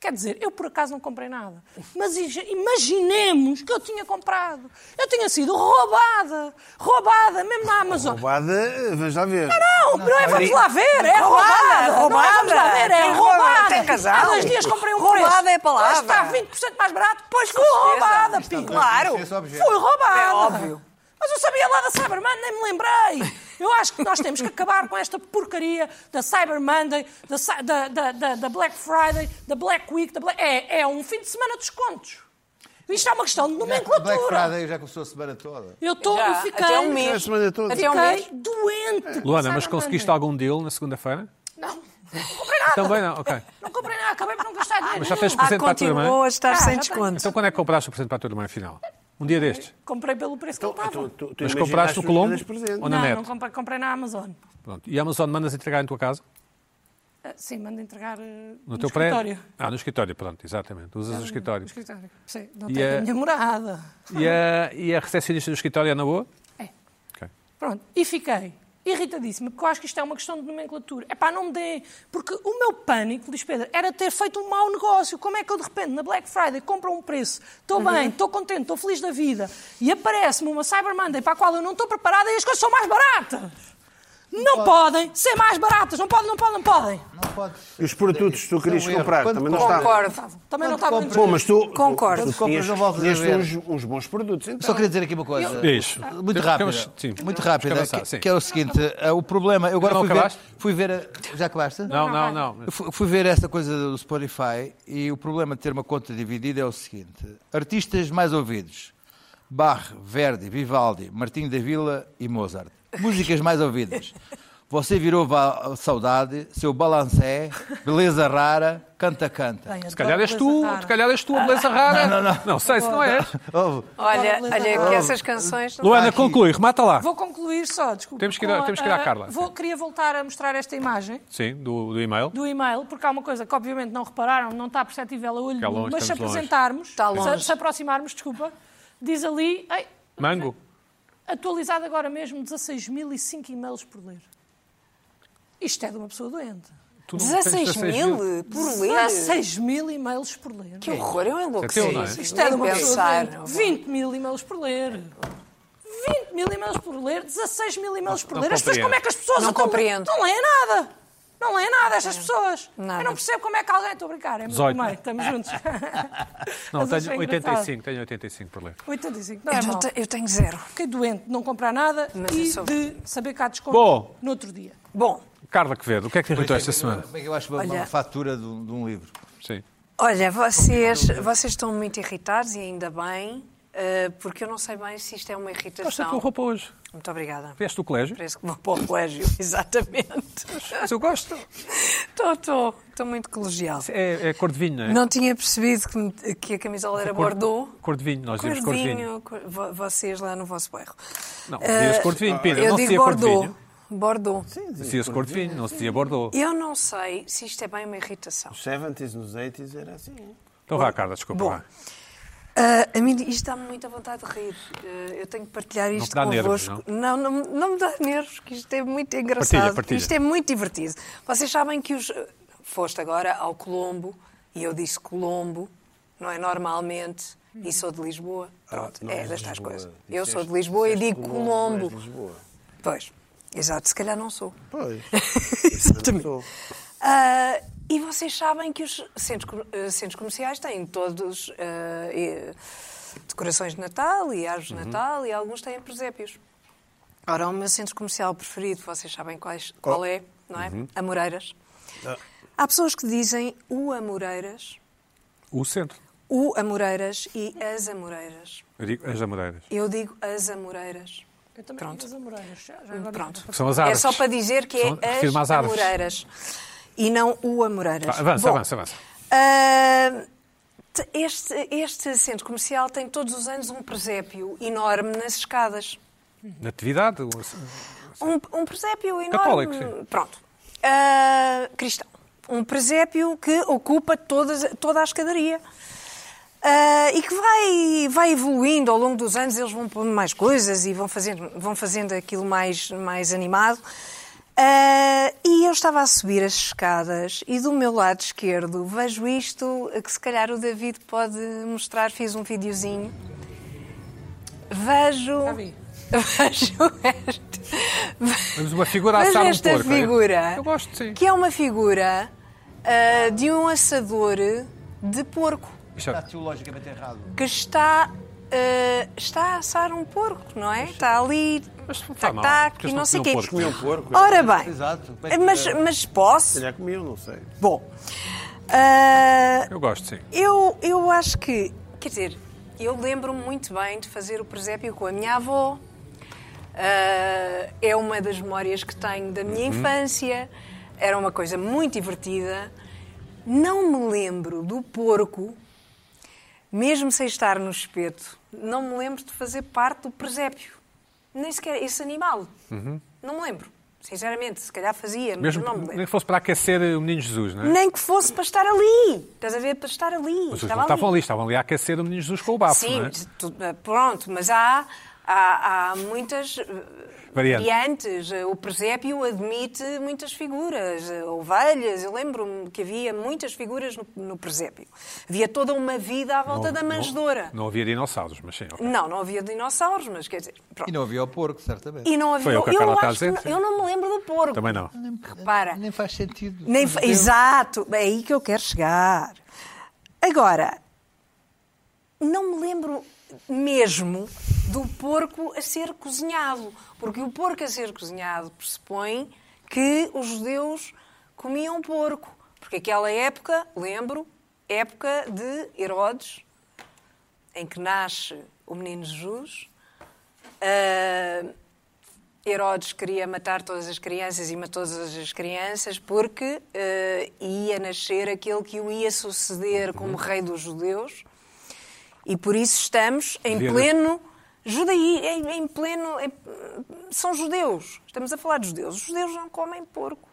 Speaker 5: Quer dizer, eu por acaso não comprei nada. Mas ija- imaginemos que eu tinha comprado. Eu tinha sido roubada. Roubada, mesmo na Amazon.
Speaker 2: roubada, vamos lá ver.
Speaker 5: Não, não é vamos lá ver, é roubada.
Speaker 3: tá Roubada,
Speaker 5: Não é vamos lá ver, é
Speaker 3: tem roubada,
Speaker 5: roubada.
Speaker 3: tem razão.
Speaker 5: Há dois dias comprei um
Speaker 3: Roubada
Speaker 5: preço.
Speaker 3: é a palavra.
Speaker 5: Mas está 20% mais barato, pois fui
Speaker 3: certeza. é
Speaker 5: roubada,
Speaker 3: Está
Speaker 5: Pino.
Speaker 3: Claro.
Speaker 5: Fui roubada.
Speaker 3: É óbvio.
Speaker 5: Mas eu sabia lá da Cyber Monday, nem me lembrei. Eu acho que nós temos que acabar com esta porcaria da Cyber Monday, da, Cy- da- da- da- da Black Friday, da Black Week. Da Black... É, é um fim de semana de descontos. Isto é uma questão de
Speaker 4: Black
Speaker 5: nomenclatura.
Speaker 4: Friday já começou a semana toda.
Speaker 5: Eu, tô, eu
Speaker 3: Já,
Speaker 5: fiquei,
Speaker 3: Até um mês.
Speaker 2: A semana toda.
Speaker 3: Até um mês.
Speaker 5: fiquei doente.
Speaker 1: Luana,
Speaker 5: Cyber
Speaker 1: mas conseguiste
Speaker 5: Monday.
Speaker 1: algum deal na segunda-feira?
Speaker 5: Não, não comprei nada.
Speaker 1: Também não, ok.
Speaker 5: Não comprei nada, acabei por não gastar dinheiro.
Speaker 1: Mas já
Speaker 5: nenhum.
Speaker 1: tens
Speaker 3: Ah,
Speaker 1: presente para a tua
Speaker 3: continuou
Speaker 1: irmã?
Speaker 3: a estar
Speaker 5: Ah, já
Speaker 3: sem
Speaker 5: tenho.
Speaker 3: desconto.
Speaker 1: Então quando é que compraste o presente para a tua irmã, afinal? Um dia destes.
Speaker 5: Comprei pelo preço
Speaker 2: Então,
Speaker 5: que eu estava.
Speaker 2: tu- tu- tu
Speaker 1: Mas
Speaker 2: imaginaste
Speaker 1: compraste o
Speaker 2: os
Speaker 1: Colombo?
Speaker 2: grandes presentes.
Speaker 4: é
Speaker 1: Ou na
Speaker 5: Não,
Speaker 1: net?
Speaker 5: não comprei, comprei na Amazon.
Speaker 1: Pronto. E a Amazon mandas entregar em tua casa?
Speaker 5: Ah, Sim, mando entregar eh, no,
Speaker 1: No, teu
Speaker 5: escritório.
Speaker 1: prédio? Ah, no escritório, pronto, exatamente. Usas o escritório.
Speaker 5: No escritório. Sim, não
Speaker 1: E
Speaker 5: tem
Speaker 1: é-
Speaker 5: a minha morada.
Speaker 1: E a, e a recepcionista do escritório é na boa?
Speaker 5: É.
Speaker 1: Ok.
Speaker 5: Pronto, e fiquei irritadíssima, porque eu acho que isto é uma questão de nomenclatura. É pá, não me deem. Porque o meu pânico, diz Pedro, era ter feito um mau negócio. Como é que eu, de repente, na Black Friday, compro um preço, estou bem, estou contente, estou feliz da vida, e aparece-me uma Cyber Monday para a qual eu não estou preparada e as coisas são mais baratas. Não podem ser mais baratas, não podem, não podem, não podem.
Speaker 4: Não podes.
Speaker 2: E os produtos que tu querias
Speaker 4: Isso é um erro.
Speaker 2: comprar
Speaker 4: Quando
Speaker 2: também não
Speaker 4: compras-
Speaker 2: estavam.
Speaker 3: Concordo.
Speaker 5: Também não
Speaker 4: Quando
Speaker 5: estava
Speaker 4: compras-
Speaker 2: Bom, mas tu,
Speaker 3: Concordo.
Speaker 2: tu, tu
Speaker 4: Compras,
Speaker 2: tinhas,
Speaker 4: não voltas a
Speaker 2: tinhas
Speaker 4: ver.
Speaker 2: uns, uns bons produtos, então.
Speaker 4: Só queria dizer aqui uma coisa.
Speaker 1: Isso.
Speaker 4: Muito
Speaker 1: Temos-
Speaker 4: rápida.
Speaker 1: sim.
Speaker 4: Muito
Speaker 1: Temos
Speaker 4: rápida.
Speaker 1: que avançar,
Speaker 4: que-
Speaker 1: sim.
Speaker 4: Que é o seguinte, eh, o problema. Eu agora
Speaker 1: Não
Speaker 4: fui ver,
Speaker 1: acabaste?
Speaker 4: fui ver. a- Já acabaste?
Speaker 1: Não, não,
Speaker 5: não,
Speaker 1: não.
Speaker 4: Eu fu- Fui ver esta coisa do Spotify e o problema de ter uma conta dividida é o seguinte: artistas mais ouvidos, Barre, Verdi, Vivaldi, Martim da Vila e Mozart. Músicas mais ouvidas. Você virou Va- saudade, seu balancé, beleza rara, canta canta.
Speaker 5: Bem,
Speaker 1: Se calhar és tu,
Speaker 5: adoro coisa
Speaker 1: se
Speaker 5: rara.
Speaker 1: calhar és tu a beleza rara. Não, não, não. Não sei se não és.
Speaker 4: Ouve.
Speaker 3: Olha,
Speaker 5: Agora,
Speaker 3: olha que essas canções. não-
Speaker 1: Luana, conclui, remata lá.
Speaker 5: Vou concluir só, desculpa.
Speaker 1: Temos que ir a-
Speaker 5: com a-
Speaker 1: temos que ir à
Speaker 5: ah,
Speaker 1: Carla.
Speaker 5: vou- queria voltar a mostrar esta imagem.
Speaker 1: Sim, do, do e-mail.
Speaker 5: do e-mail, porque há uma coisa que obviamente não repararam, não está perceptível a olho,
Speaker 1: Está
Speaker 5: nu,
Speaker 1: longe,
Speaker 5: mas se
Speaker 1: estamos longe.
Speaker 5: apresentarmos,
Speaker 3: Está
Speaker 5: se-
Speaker 3: longe.
Speaker 5: Se, aproximarmos, desculpa, diz ali, ei,
Speaker 1: Mango.
Speaker 5: Atualizado agora mesmo, 16.005 e-mails por ler. Isto é de uma pessoa doente.
Speaker 1: Tu não tens
Speaker 3: 16 mil por ler?
Speaker 5: 16 mil e-mails por ler.
Speaker 3: Que horror, eu enlouqueci.
Speaker 1: É teu, não é?
Speaker 5: Isto é de uma
Speaker 3: Nem
Speaker 5: pessoa
Speaker 3: pensar.
Speaker 5: doente. 20 mil e-mails por ler. 20 mil e-mails por ler, 16 mil e-mails por
Speaker 1: Não
Speaker 5: ler. As
Speaker 1: compreendo.
Speaker 5: pessoas, como é que as pessoas
Speaker 3: Não
Speaker 5: estão-
Speaker 3: compreendo. É
Speaker 5: não leem nada? Não leem nada estas pessoas.
Speaker 3: Nada.
Speaker 5: Eu não percebo como é que alguém. Estou a brincar, é muito
Speaker 1: 18.
Speaker 5: meio, estamos juntos.
Speaker 1: Não, tá
Speaker 3: é
Speaker 5: Mas
Speaker 1: tenho
Speaker 5: achei engraçado.
Speaker 1: 85, tenho 85 por ler.
Speaker 5: 85, não é
Speaker 3: Eu, não
Speaker 5: mal.
Speaker 3: te- eu tenho zero.
Speaker 5: Fiquei doente de não comprar nada
Speaker 3: Mas eu
Speaker 5: e
Speaker 3: sou-
Speaker 5: de saber que há desconto
Speaker 1: Bom.
Speaker 5: no outro dia.
Speaker 3: Bom,
Speaker 1: Carla Quevedo, o que é que te irritou esta semana?
Speaker 4: Como é que eu acho uma,
Speaker 3: Olha.
Speaker 4: uma fatura de um, de um livro?
Speaker 1: Sim.
Speaker 3: olha, vocês, vocês estão muito irritados e ainda bem, eh, porque eu não sei bem se isto é uma
Speaker 1: Estás com
Speaker 3: irritação.
Speaker 1: roupa hoje.
Speaker 3: Muito obrigada.
Speaker 1: Vieste do colégio?
Speaker 3: Parece que vou para o colégio, exatamente.
Speaker 1: Mas eu gosto.
Speaker 3: Estou, estou, estou muito colegial.
Speaker 1: É, é cor de vinho, não é?
Speaker 3: Não tinha percebido que, me- que a camisola era
Speaker 1: Cor-
Speaker 3: bordô.
Speaker 1: Cor de vinho, nós dizemos cor de vinho.
Speaker 3: Corvinho, cor- vo- vocês lá no vosso bairro.
Speaker 1: Não, dias
Speaker 3: Ah,
Speaker 1: cor de vinho, Pina,
Speaker 3: Eu
Speaker 1: não se
Speaker 3: digo
Speaker 1: dizia cor de
Speaker 3: Bordeaux.
Speaker 1: vinho.
Speaker 3: Bordeaux.
Speaker 1: Dizia-se cor de vinho, não se dizia Bordeaux.
Speaker 3: Eu não sei se isto é bem uma irritação.
Speaker 2: Nos 70s, nos 80s era assim. hein?
Speaker 1: Então vá, Carla, desculpa.
Speaker 3: Bom,
Speaker 1: vá.
Speaker 3: Ah, a mim isto dá-me muita vontade de rir. Ah, eu tenho que partilhar isto
Speaker 1: dá nervos,
Speaker 3: convosco. não? Não, não, me dá nervos, que isto é muito engraçado.
Speaker 1: partilha.
Speaker 3: Isto é muito divertido. Vocês sabem que os. Foste agora ao Colombo e eu disse Colombo, não é? Normalmente. E sou de Lisboa. Pronto,
Speaker 2: Ah, não
Speaker 3: é
Speaker 2: és de
Speaker 3: destas
Speaker 2: Lisboa.
Speaker 3: coisas. Eu
Speaker 2: Disseste-
Speaker 3: sou de Lisboa e
Speaker 2: disseste
Speaker 3: digo
Speaker 2: Colombo, não é? és
Speaker 3: Colombo.
Speaker 2: de Lisboa.
Speaker 3: Pois, exato, se calhar não sou.
Speaker 2: Pois.
Speaker 3: Exatamente.
Speaker 2: Sou.
Speaker 3: Ah, e vocês sabem que os centros, co- eh, centros comerciais têm todos ah, eh, decorações de Natal e árvores de Natal e alguns têm presépios. Ora, o meu centro comercial preferido, vocês sabem quais, qual é, não é? Amoreiras. Há pessoas que dizem o Amoreiras,
Speaker 1: O centro.
Speaker 3: o Amoreiras e as Amoreiras.
Speaker 1: Eu digo as Amoreiras.
Speaker 3: Eu digo as Amoreiras.
Speaker 5: Eu também
Speaker 3: Pronto.
Speaker 5: Pronto. as Amoreiras. Já, já agora-
Speaker 3: Pronto.
Speaker 1: São as
Speaker 3: É
Speaker 1: árvores.
Speaker 3: só para dizer que
Speaker 1: São-
Speaker 3: é
Speaker 1: refiro-me às
Speaker 3: as
Speaker 1: árvores.
Speaker 3: Amoreiras e não o Amoreiras.
Speaker 1: Vá, Tá, avança,
Speaker 3: Bom,
Speaker 1: avança, avança.
Speaker 3: ah, te- este, este centro comercial tem todos os anos um presépio enorme nas escadas.
Speaker 1: Natividade, o-
Speaker 3: Um, um presépio enorme.
Speaker 1: Católico, sim.
Speaker 3: Pronto. Ah, cristão. Um presépio que ocupa todas, toda a escadaria. Ah, e que vai, vai evoluindo ao longo dos anos, eles vão pondo mais coisas e vão fazendo, vão fazendo aquilo mais, mais animado. Ah, e eu estava a subir as escadas e do meu lado esquerdo vejo isto que se calhar o David pode mostrar, fez um videozinho. Vejo.
Speaker 5: Já vi.
Speaker 3: Vejo este.
Speaker 1: Temos uma figura a
Speaker 3: Mas
Speaker 1: assar um
Speaker 3: esta
Speaker 1: porco. é?
Speaker 3: figura,
Speaker 1: Eu gosto, sim.
Speaker 3: que é uma figura ah, de um assador de porco
Speaker 1: Isto
Speaker 4: Está
Speaker 1: é-
Speaker 4: teologicamente errado.
Speaker 3: que está, ah, está a assar um porco, não é? Está ali,
Speaker 1: Mas não está mal,
Speaker 3: tac-tac
Speaker 1: porque
Speaker 3: e
Speaker 1: eles
Speaker 3: não
Speaker 1: não
Speaker 3: sei o quê.
Speaker 1: comiam porco. é?
Speaker 2: Comiam porco.
Speaker 3: Ora bem,
Speaker 4: Exato.
Speaker 3: mas, mas posso?
Speaker 2: Se calhar comiam, não sei.
Speaker 3: Bom, ah,
Speaker 1: Eu gosto, sim.
Speaker 3: eu, eu acho que, quer dizer, eu lembro-me muito bem de fazer o presépio com a minha avó. Ah, é uma das memórias que tenho da
Speaker 1: Uhum.
Speaker 3: minha infância. Era uma coisa muito divertida. Não me lembro do porco, mesmo sem estar no espeto, não me lembro de fazer parte do presépio. Nem sequer esse animal. Não me lembro. Sinceramente, se calhar fazia, mas
Speaker 1: Uhum. Mesmo
Speaker 3: não me
Speaker 1: que- nem
Speaker 3: lembro.
Speaker 1: que fosse para aquecer eh, o Menino Jesus, não é?
Speaker 3: Nem que fosse para estar ali. Estás a ver? Para estar ali.
Speaker 1: Mas eles
Speaker 3: Estava
Speaker 1: não estavam ali, estavam ali a aquecer o Menino Jesus com o bafo,
Speaker 3: Sim,
Speaker 1: não é?
Speaker 3: de tudo, eh, pronto, mas há, há, há muitas eh,
Speaker 1: Variantes.
Speaker 3: variantes. Eh, O presépio admite muitas figuras, eh, ovelhas. Eu lembro-me que havia muitas figuras no, no presépio. Havia toda uma vida à volta da manjedoura.
Speaker 1: Não havia dinossauros, mas sim. ok.
Speaker 3: Não, não havia dinossauros, mas quer dizer.
Speaker 4: E
Speaker 3: Pronto.
Speaker 4: não havia o porco, certamente.
Speaker 3: E não havia.
Speaker 1: Foi o que a
Speaker 3: eu,
Speaker 1: Carla está a
Speaker 3: acho que
Speaker 1: dizer,
Speaker 3: não-
Speaker 1: sim.
Speaker 3: eu não me lembro do porco.
Speaker 1: Também não.
Speaker 3: Repara.
Speaker 4: Nem faz sentido.
Speaker 3: Nem fa- Exato, é aí que eu quero chegar. Agora, não me lembro mesmo do porco a ser cozinhado, porque o porco a ser cozinhado pressupõe que os judeus comiam porco, porque aquela época, lembro, época de Herodes, em que nasce o menino Jesus. Ah, Herodes queria matar todas as crianças e matou todas as crianças porque eh, ia nascer aquele que o ia suceder como rei dos judeus e por isso estamos em
Speaker 1: Devia-
Speaker 3: pleno judaí, em, em pleno em- são judeus estamos a falar de judeus os judeus não comem porco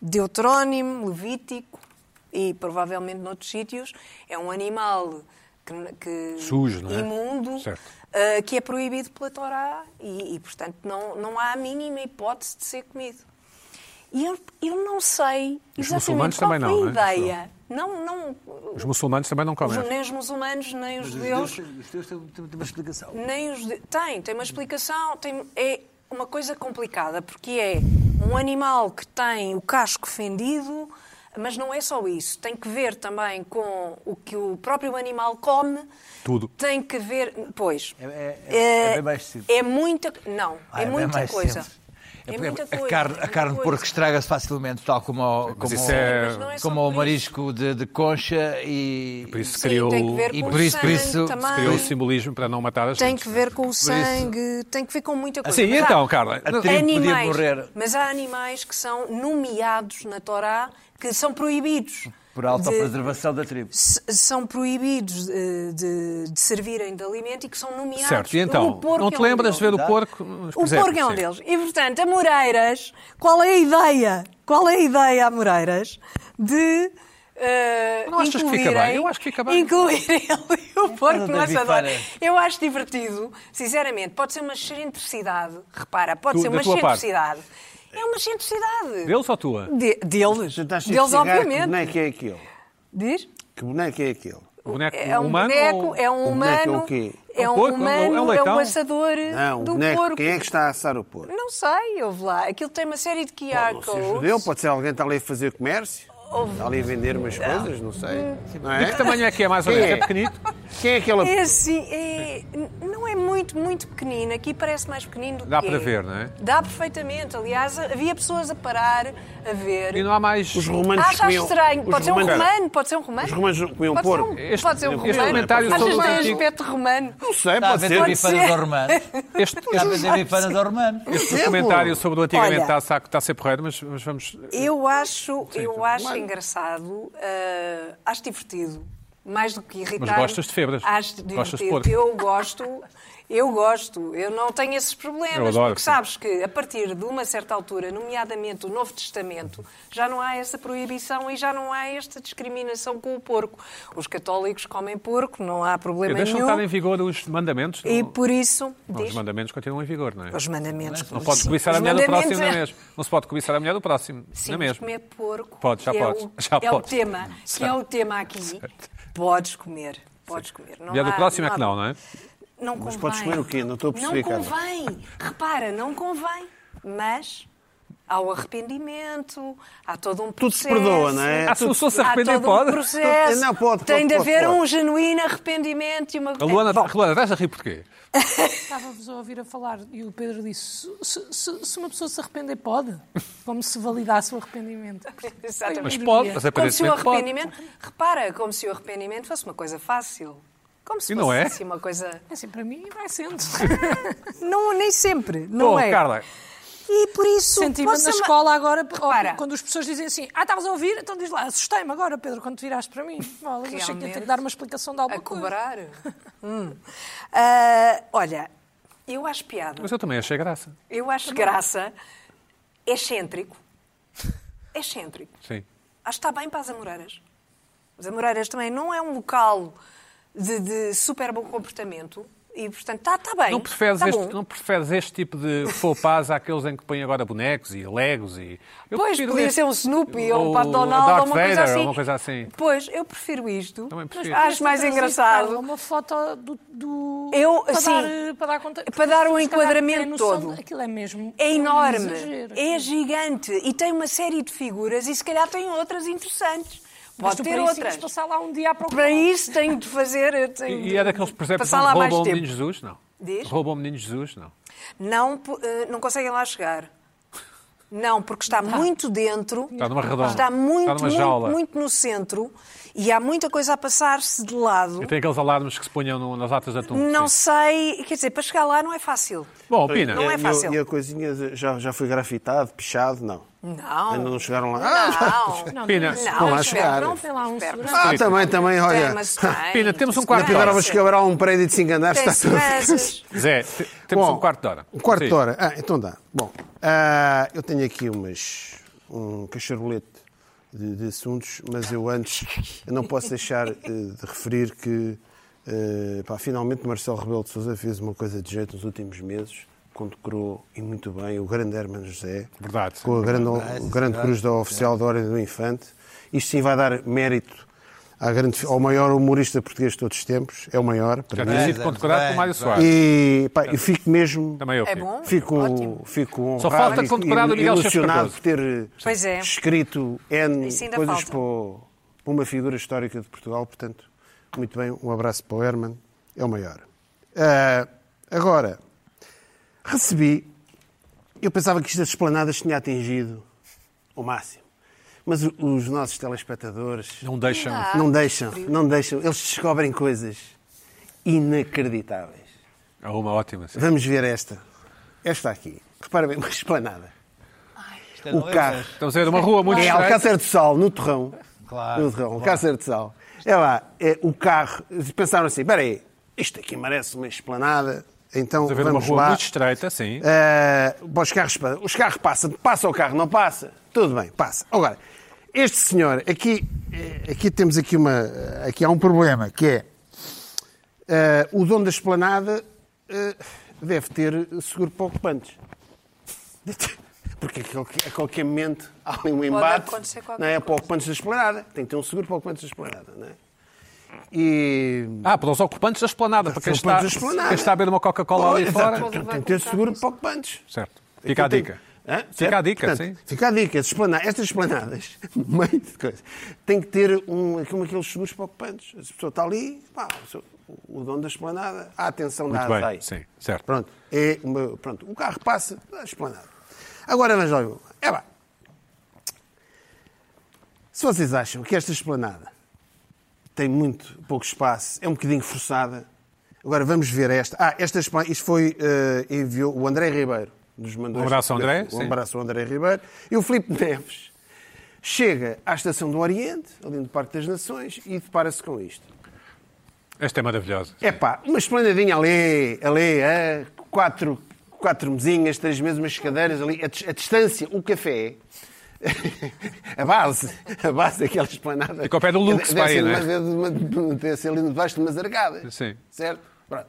Speaker 3: Deuterónimo Levítico e provavelmente noutros sítios é um animal que, que-
Speaker 1: Sujo, não é?
Speaker 3: imundo,
Speaker 1: Certo.
Speaker 3: ah, que é proibido pela Torá e, e, portanto, não, não há a mínima hipótese de ser comido. E eu, eu não sei
Speaker 1: Os
Speaker 3: exatamente
Speaker 1: muçulmanos
Speaker 3: qual
Speaker 1: também
Speaker 3: foi
Speaker 1: não,
Speaker 3: a
Speaker 1: não é?
Speaker 3: ideia. Não, não,
Speaker 1: Os muçulmanos também não comem.
Speaker 3: nem os muçulmanos, nem os
Speaker 4: é? Os
Speaker 3: judeus,
Speaker 4: judeus têm- os judeus têm têm- têm uma explicação.
Speaker 3: nem os de... tem, tem uma explicação, tem é uma coisa complicada porque é um animal que tem o casco fendido, mas não é só isso, tem que ver também com o que o próprio animal come.
Speaker 1: Tudo.
Speaker 3: Tem que ver, pois.
Speaker 4: É- é- é- é bem mais simples.
Speaker 3: É muita, não,
Speaker 4: Ah,
Speaker 3: é
Speaker 4: bem
Speaker 3: muita
Speaker 4: mais
Speaker 3: coisa.
Speaker 4: simples. É
Speaker 3: É
Speaker 4: porque
Speaker 3: muita
Speaker 4: a
Speaker 3: coisa.
Speaker 4: carne,
Speaker 3: é
Speaker 4: a
Speaker 3: muita
Speaker 4: carne de
Speaker 3: coisa.
Speaker 4: porco estraga-se facilmente, tal como, ao- como,
Speaker 1: isso
Speaker 4: ao-
Speaker 1: é-
Speaker 3: Mas não é só
Speaker 4: como
Speaker 3: por
Speaker 4: o
Speaker 3: isso.
Speaker 4: marisco de, de concha e.
Speaker 1: Por isso se
Speaker 3: Sim,
Speaker 1: criou,
Speaker 3: tem que ver
Speaker 1: se
Speaker 4: e
Speaker 3: com
Speaker 4: por
Speaker 3: o
Speaker 4: isso- por
Speaker 3: sangue
Speaker 4: isso- se
Speaker 3: também.
Speaker 1: criou o simbolismo para não matar as
Speaker 3: Tem
Speaker 1: gente.
Speaker 3: que ver com o sangue, tem que ver com muita coisa.
Speaker 1: Sim, e
Speaker 3: Mas há
Speaker 1: então, Carla?
Speaker 4: A tribo podia
Speaker 3: animais,
Speaker 4: morrer.
Speaker 3: Mas há animais que são nomeados na Torá que são proibidos.
Speaker 4: Por
Speaker 3: de,
Speaker 4: autopreservação da tribo.
Speaker 3: s- são proibidos eh, de, de servirem de alimento e que são nomeados.
Speaker 1: Certo, e
Speaker 3: O
Speaker 1: então?
Speaker 3: porco
Speaker 1: Não te
Speaker 3: é um
Speaker 1: lembras de
Speaker 3: deles.
Speaker 1: ver o porco?
Speaker 3: O porco é um deles. E, portanto, a Moreiras, qual é a ideia? Qual é a ideia a Moreiras de. eh,
Speaker 1: Não achas que fica
Speaker 3: incluírem-
Speaker 1: bem? Eu acho que fica bem.
Speaker 3: Incluírem ali o porco
Speaker 4: da
Speaker 3: no assador.
Speaker 4: bifana.
Speaker 3: Eu acho divertido, sinceramente. Pode ser uma excentricidade. Repara, pode
Speaker 1: Tu-
Speaker 3: ser
Speaker 1: da
Speaker 3: uma
Speaker 1: tua parte.
Speaker 3: excentricidade. É uma excentricidade.
Speaker 1: Deles ou tua?
Speaker 3: De- deles.
Speaker 2: Jantaste a
Speaker 3: Deles,
Speaker 2: chegar,
Speaker 3: obviamente.
Speaker 2: Que boneco é aquele?
Speaker 3: Diz?
Speaker 2: Que boneco é aquele?
Speaker 1: O boneco
Speaker 3: É um
Speaker 1: humano
Speaker 3: boneco,
Speaker 1: ou-
Speaker 3: é um
Speaker 2: o boneco é o
Speaker 3: humano.
Speaker 2: quê?
Speaker 3: É
Speaker 1: É um
Speaker 3: um
Speaker 1: porco? É um- é um
Speaker 3: humano, é um
Speaker 1: leitão?
Speaker 3: assador
Speaker 2: Não, o
Speaker 3: do
Speaker 2: boneco.
Speaker 3: porco.
Speaker 2: Quem é que está a assar o porco?
Speaker 3: Não sei, houve lá. Aquilo tem uma série de QR
Speaker 2: Pode ser judeu, pode ser alguém que está ali a fazer comércio, está ali a vender umas coisas, não sei.
Speaker 3: Hum.
Speaker 2: Não
Speaker 1: De que tamanho é que é mais ou
Speaker 2: Quem
Speaker 1: menos? É
Speaker 2: é?
Speaker 1: pequenito?
Speaker 2: Quem é aquela
Speaker 3: É
Speaker 2: pessoa?
Speaker 3: assim, é- n- não é muito, muito pequenino. Aqui parece mais pequenino do
Speaker 1: Dá
Speaker 3: que
Speaker 1: para
Speaker 3: é.
Speaker 1: ver, não é?
Speaker 3: Dá perfeitamente. Aliás, havia pessoas a parar, a ver.
Speaker 1: E não há mais...
Speaker 2: Os romanos
Speaker 3: Acha
Speaker 2: comiam...
Speaker 3: estranho.
Speaker 2: os
Speaker 3: Pode ser um
Speaker 2: romanos-
Speaker 3: romano, pode ser um romano.
Speaker 2: Os romanos não comiam
Speaker 3: pode
Speaker 2: porco.
Speaker 3: Ser um, pode ser um
Speaker 1: este
Speaker 3: romano.
Speaker 1: comentário
Speaker 3: Achas
Speaker 1: sobre
Speaker 3: que
Speaker 1: o
Speaker 3: tem
Speaker 1: antigo-
Speaker 3: é aspecto romano?
Speaker 2: Não sei,
Speaker 4: Está a
Speaker 2: pode
Speaker 4: vender
Speaker 2: ser.
Speaker 4: bifanas
Speaker 3: ser.
Speaker 4: ao romano. Está
Speaker 1: Este,
Speaker 4: a
Speaker 1: este,
Speaker 4: vender bifanas ao romano.
Speaker 1: este
Speaker 2: um Exemplo.
Speaker 1: documentário sobre o antigamente
Speaker 3: Olha.
Speaker 1: está, a sa- está a ser porreiro, mas, mas vamos... eh,
Speaker 3: Eu acho,
Speaker 1: então.
Speaker 3: eu acho
Speaker 2: claro.
Speaker 3: engraçado, ah, acho divertido, mais do que irritante.
Speaker 1: Mas gostas de febras?
Speaker 3: Acho divertido.
Speaker 1: Gostas de porco?
Speaker 3: Eu gosto, eu gosto. Eu não tenho esses problemas,
Speaker 1: Eu adoro,
Speaker 3: porque
Speaker 1: sim.
Speaker 3: sabes que a partir de uma certa altura, nomeadamente o Novo Testamento, já não há essa proibição e já não há esta discriminação com o porco. Os católicos comem porco, não há problema
Speaker 1: Deixam
Speaker 3: nenhum.
Speaker 1: estar em vigor os mandamentos.
Speaker 3: E
Speaker 1: não-
Speaker 3: por isso,
Speaker 1: um não, os
Speaker 3: diz,
Speaker 1: mandamentos continuam em vigor, não é?
Speaker 3: os mandamentos.
Speaker 1: Não pode
Speaker 3: sim.
Speaker 1: cobiçar a
Speaker 3: Os
Speaker 1: mulher do
Speaker 3: mandamentos
Speaker 1: próximo, não
Speaker 3: é-
Speaker 1: é mesmo? Não se pode cobiçar a mulher do próximo,
Speaker 3: Sim,
Speaker 1: não é
Speaker 3: mas
Speaker 1: mesmo?
Speaker 3: comer porco.
Speaker 1: Pode, já
Speaker 3: que
Speaker 1: podes,
Speaker 3: É o,
Speaker 1: já
Speaker 3: é
Speaker 1: podes.
Speaker 3: o tema, que é o tema aqui. Podes comer, podes comer. Não
Speaker 1: Mulher do
Speaker 3: há-
Speaker 1: próximo é que
Speaker 3: há-
Speaker 1: não, não é?
Speaker 3: Não convém.
Speaker 2: Mas podes comer o quê? Não estou a perceber,
Speaker 3: Não
Speaker 2: Carla.
Speaker 3: convém. Repara, não convém. Mas há o arrependimento, há todo um processo.
Speaker 2: Tudo se perdoa, não é?
Speaker 1: Ah, se o senhor se
Speaker 3: Há
Speaker 1: arrepender,
Speaker 3: todo
Speaker 1: pode?
Speaker 3: um processo.
Speaker 2: Não, pode,
Speaker 3: Tem
Speaker 2: pode,
Speaker 3: de
Speaker 2: pode,
Speaker 3: haver
Speaker 2: pode.
Speaker 3: um genuíno arrependimento e uma...
Speaker 1: A Luana,
Speaker 3: Bom,
Speaker 1: Luana estás a rir porquê?
Speaker 5: Estava-vos a ouvir a falar e o Pedro disse: se, se- se uma pessoa se arrepender, pode. Como se validasse o arrependimento.
Speaker 3: Exatamente.
Speaker 1: Mas pode, mas
Speaker 3: como se
Speaker 1: aparentemente pode.
Speaker 3: o um arrependimento, repara, como se o arrependimento fosse uma coisa fácil. Como se
Speaker 1: E
Speaker 3: fosse
Speaker 1: não é?
Speaker 3: assim uma coisa.
Speaker 5: Assim, para mim, vai sendo.
Speaker 3: Não, nem sempre, não
Speaker 1: Bom,
Speaker 3: é?
Speaker 1: Oh, Carla,
Speaker 3: E por isso.
Speaker 5: Senti-me
Speaker 3: posso
Speaker 5: na
Speaker 3: ama-
Speaker 5: escola agora,
Speaker 3: Repara.
Speaker 5: quando as pessoas dizem assim: Ah, estavas a ouvir? Então diz lá, assustei-me agora, Pedro, quando te viraste para mim. Bolas, achei que ia ter que dar uma explicação de
Speaker 3: A
Speaker 5: alguma coisa.
Speaker 3: cobrar. Hum. Ah, olha, eu acho piada.
Speaker 1: mas eu também achei graça.
Speaker 3: Eu acho graça. é Excêntrico. É Excêntrico.
Speaker 1: Sim.
Speaker 3: Acho que está bem para as Amoreiras. As Amoreiras também não é um local de, de super bom comportamento. E, portanto, está, está bem.
Speaker 1: Não preferes,
Speaker 3: está
Speaker 1: este,
Speaker 3: tá bom.
Speaker 1: não preferes este tipo de faux pas àqueles em que põem agora bonecos e legos e... Eu
Speaker 3: pois,
Speaker 1: prefiro
Speaker 3: podia
Speaker 1: este.
Speaker 3: ser um Snoopy ou um Pato
Speaker 1: a
Speaker 3: Donald
Speaker 1: Darth
Speaker 3: ou uma coisa
Speaker 1: Vader,
Speaker 3: assim.
Speaker 1: Ou uma coisa assim.
Speaker 3: Pois, eu prefiro isto.
Speaker 1: Também
Speaker 3: Mas
Speaker 1: prefiro.
Speaker 3: Acho mais
Speaker 5: Trazes, Carla,
Speaker 3: engraçado.
Speaker 5: Uma foto do. do-
Speaker 3: Eu,
Speaker 5: para
Speaker 3: assim,
Speaker 5: dar, eh, para dar conta.
Speaker 3: para dar um
Speaker 5: se calhar,
Speaker 3: enquadramento
Speaker 5: a noção de-
Speaker 3: todo.
Speaker 5: Aquilo é mesmo.
Speaker 3: É
Speaker 5: um
Speaker 3: enorme,
Speaker 5: exagero.
Speaker 3: é gigante e tem uma série de figuras e se calhar tem outras interessantes.
Speaker 5: Mas
Speaker 3: Pode
Speaker 5: tu
Speaker 3: ter
Speaker 5: para isso ias
Speaker 3: outras.
Speaker 5: passar lá um dia à procura.
Speaker 3: Para isso tenho de fazer. eu
Speaker 1: E,
Speaker 3: Tenho
Speaker 1: e
Speaker 3: de
Speaker 1: é daqueles, por exemplo, que
Speaker 3: passar lá mais
Speaker 1: roubam um o
Speaker 3: tempo.
Speaker 1: Menino Jesus? Não.
Speaker 3: Diz?
Speaker 1: Roubam o Menino Jesus? Não.
Speaker 3: Não, po- eh, não conseguem lá chegar. Não, porque está
Speaker 5: Tá.
Speaker 3: muito dentro.
Speaker 1: Está numa redonda.
Speaker 3: Está muito,
Speaker 1: Está numa
Speaker 3: muito,
Speaker 1: jaula.
Speaker 3: muito no centro e há muita coisa a passar-se de lado.
Speaker 1: E tem aqueles alarmes que se ponham no- nas latas de atum.
Speaker 3: Hum? Não
Speaker 1: Sim.
Speaker 3: sei, quer dizer, para chegar lá não é fácil.
Speaker 1: Bom, opina.
Speaker 3: Não
Speaker 2: E
Speaker 3: é
Speaker 2: eu-
Speaker 3: fácil.
Speaker 2: E a coisinha de- já, já foi grafitado, pichado, não.
Speaker 3: Não.
Speaker 2: Ainda não chegaram lá.
Speaker 3: Não,
Speaker 5: Não,
Speaker 1: Pina,
Speaker 5: não,
Speaker 3: não,
Speaker 2: vão lá
Speaker 3: espero
Speaker 2: chegar.
Speaker 3: que não.
Speaker 5: Tem lá um
Speaker 3: Espero que
Speaker 5: segurança.
Speaker 2: Ah, também, também, olha.
Speaker 3: Tem, mas tem.
Speaker 1: Pina, temos um
Speaker 2: Claro
Speaker 1: quarto
Speaker 2: que
Speaker 1: de hora.
Speaker 2: adorava chegar a um prédio de 5 andares,
Speaker 3: Tem
Speaker 2: está tudo.
Speaker 3: seguranças.
Speaker 1: Zé, te- temos
Speaker 2: Bom,
Speaker 1: um quarto de hora.
Speaker 2: Um quarto de
Speaker 1: Sim.
Speaker 2: hora. Ah, então dá. Bom, ah, eu tenho aqui umas, um cacharolete de, de assuntos, mas eu antes eu não posso deixar eh, de referir que Eh, pá, finalmente Marcelo Rebelo de Sousa fez uma coisa de jeito nos últimos meses, condecorou e muito bem o grande Herman José,
Speaker 1: Verdade.
Speaker 2: com a grande,
Speaker 4: Verdade,
Speaker 2: o grande
Speaker 4: verdade.
Speaker 2: cruz da oficial da Ordem do Infante. Isto sim vai dar mérito à grande- ao maior humorista português de todos os tempos, é o maior, para
Speaker 1: Já
Speaker 2: mim.
Speaker 1: tinha
Speaker 4: Bem,
Speaker 1: sido condecorado
Speaker 4: bem,
Speaker 1: por Mário
Speaker 4: bem.
Speaker 1: Soares.
Speaker 2: E pá, eu fico mesmo.
Speaker 1: Também eu.
Speaker 3: É
Speaker 1: fico.
Speaker 3: bom?
Speaker 2: Fico,
Speaker 3: Ótimo.
Speaker 2: fico honrado
Speaker 1: Só falta
Speaker 2: e-
Speaker 1: condecorar o
Speaker 2: e
Speaker 1: Miguel Chefe
Speaker 2: ilusionado
Speaker 1: Cardoso.
Speaker 2: por ter eh,
Speaker 3: Pois é.
Speaker 2: escrito N
Speaker 3: Isso ainda
Speaker 2: coisas
Speaker 3: falta.
Speaker 2: para, o- para uma figura histórica de Portugal. Portanto, muito bem, um abraço para o Herman, é o maior. Ah, agora, recebi. Eu pensava que isto das esplanadas tinha atingido o máximo. Mas o- os nossos telespectadores
Speaker 1: Não deixam.
Speaker 3: Ah.
Speaker 2: não deixam, não deixam. Eles descobrem coisas inacreditáveis.
Speaker 1: É uma ótima. sim.
Speaker 2: Vamos ver esta. Esta aqui. Repara bem, uma esplanada.
Speaker 4: Isto é
Speaker 2: O
Speaker 4: não é,
Speaker 2: carro.
Speaker 4: mas-
Speaker 1: Estamos a ver uma rua muito
Speaker 2: É
Speaker 1: estreita.
Speaker 2: Alcácer de Sal, no Torrão.
Speaker 4: Claro,
Speaker 2: No Torrão,
Speaker 4: claro.
Speaker 2: Alcácer de Sal. É lá, é, o carro. Pensaram assim, espera aí, isto aqui merece uma esplanada. Então
Speaker 1: Estamos a ver uma
Speaker 2: vamos
Speaker 1: rua
Speaker 2: lá.
Speaker 1: muito estreita, sim.
Speaker 2: Eh, bom, os carros, pa- os carros passam, passa o carro, não passa. Tudo bem, passa. Agora, este senhor, aqui, eh, aqui temos aqui uma, eh, aqui há um problema, que é eh, o dono da esplanada eh, deve ter seguro para ocupantes. Porque a qualquer, a qualquer momento há ali um embate
Speaker 3: acontecer qualquer
Speaker 2: não é, para ocupantes da esplanada. Tem que ter um seguro para ocupantes da esplanada, não é? E...
Speaker 1: Ah, para os ocupantes da esplanada, para quem está,
Speaker 2: Ocupantes da esplanada.
Speaker 1: quem está a beber uma Coca-Cola ali
Speaker 2: Exato,
Speaker 1: fora.
Speaker 2: tem- Tem que ter seguro para ocupantes.
Speaker 1: Certo. Fica a
Speaker 2: Aquilo
Speaker 1: dica.
Speaker 2: tem- Hã?
Speaker 1: Fica
Speaker 2: Certo?
Speaker 1: a dica,
Speaker 2: Portanto,
Speaker 1: sim.
Speaker 2: Fica a dica. As esplana- Estas esplanadas, no meio de coisa, tem que ter um, aquele- aqueles seguros para ocupantes. A pessoa está ali, pá, o seu- o dono da esplanada, a atenção da
Speaker 1: Muito bem,
Speaker 2: ASAI.
Speaker 1: sim, certo.
Speaker 2: Pronto, é uma- pronto, o carro passa, a esplanada. Agora vamos lá. ver uma coisa. É lá. Se vocês acham que esta esplanada tem muito pouco espaço, é um bocadinho forçada. Agora vamos ver esta. Ah, esta esplan- isto foi eh, enviou o André Ribeiro nos mandou.
Speaker 1: Um
Speaker 2: esta
Speaker 1: abraço ao André,
Speaker 2: fotografia.
Speaker 1: sim.
Speaker 2: Um abraço ao André Ribeiro e o Filipe Neves chega à estação do Oriente, ali no Parque das Nações, e depara-se com isto.
Speaker 1: Esta é maravilhosa.
Speaker 2: É pá, uma esplanadinha ali, ali, é, quatro, quatro mesinhas, três mesas, umas cadeiras ali, a, dis- a distância, o café, a base, a base daquela esplanada.
Speaker 1: Fica ao É pé do Lux,
Speaker 2: Deve
Speaker 1: pá, aí,
Speaker 2: ser
Speaker 1: não é?
Speaker 2: uma- deve- uma- deve ser ali debaixo de umas argadas.
Speaker 1: Sim.
Speaker 2: Certo? Pronto.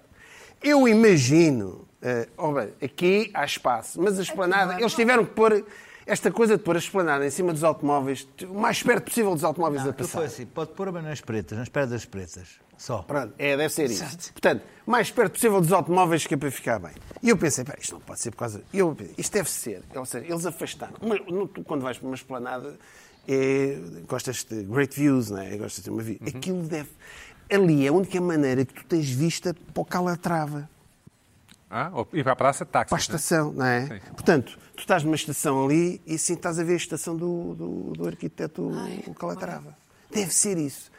Speaker 2: Eu imagino, eh, ó bem, aqui há espaço, mas a esplanada, eles tiveram que pôr esta coisa de pôr a esplanada em cima dos automóveis, o mais perto possível dos automóveis a
Speaker 4: Tu
Speaker 2: passar.
Speaker 4: foi assim, pode pôr a mão nas pretas, nas pedras das pretas. Só.
Speaker 2: Pronto, é, deve ser isso. Portanto, mais perto possível dos automóveis que é para ficar bem. E eu pensei, pá, isto não pode ser por causa. Eu, isto deve ser. Ou seja, eles afastaram. Uma- no- tu, quando vais para uma esplanada, é, gostas de great views, não é? Gostas de ter uma vista. Aquilo deve. Ali é a única maneira que tu tens vista para o Calatrava
Speaker 1: Ah, e para a praça, táxi.
Speaker 2: para a estação, não é?
Speaker 1: Sim.
Speaker 2: Portanto, tu estás numa estação ali e sim estás a ver a estação do, do, do arquiteto Calatrava. Deve ser isso.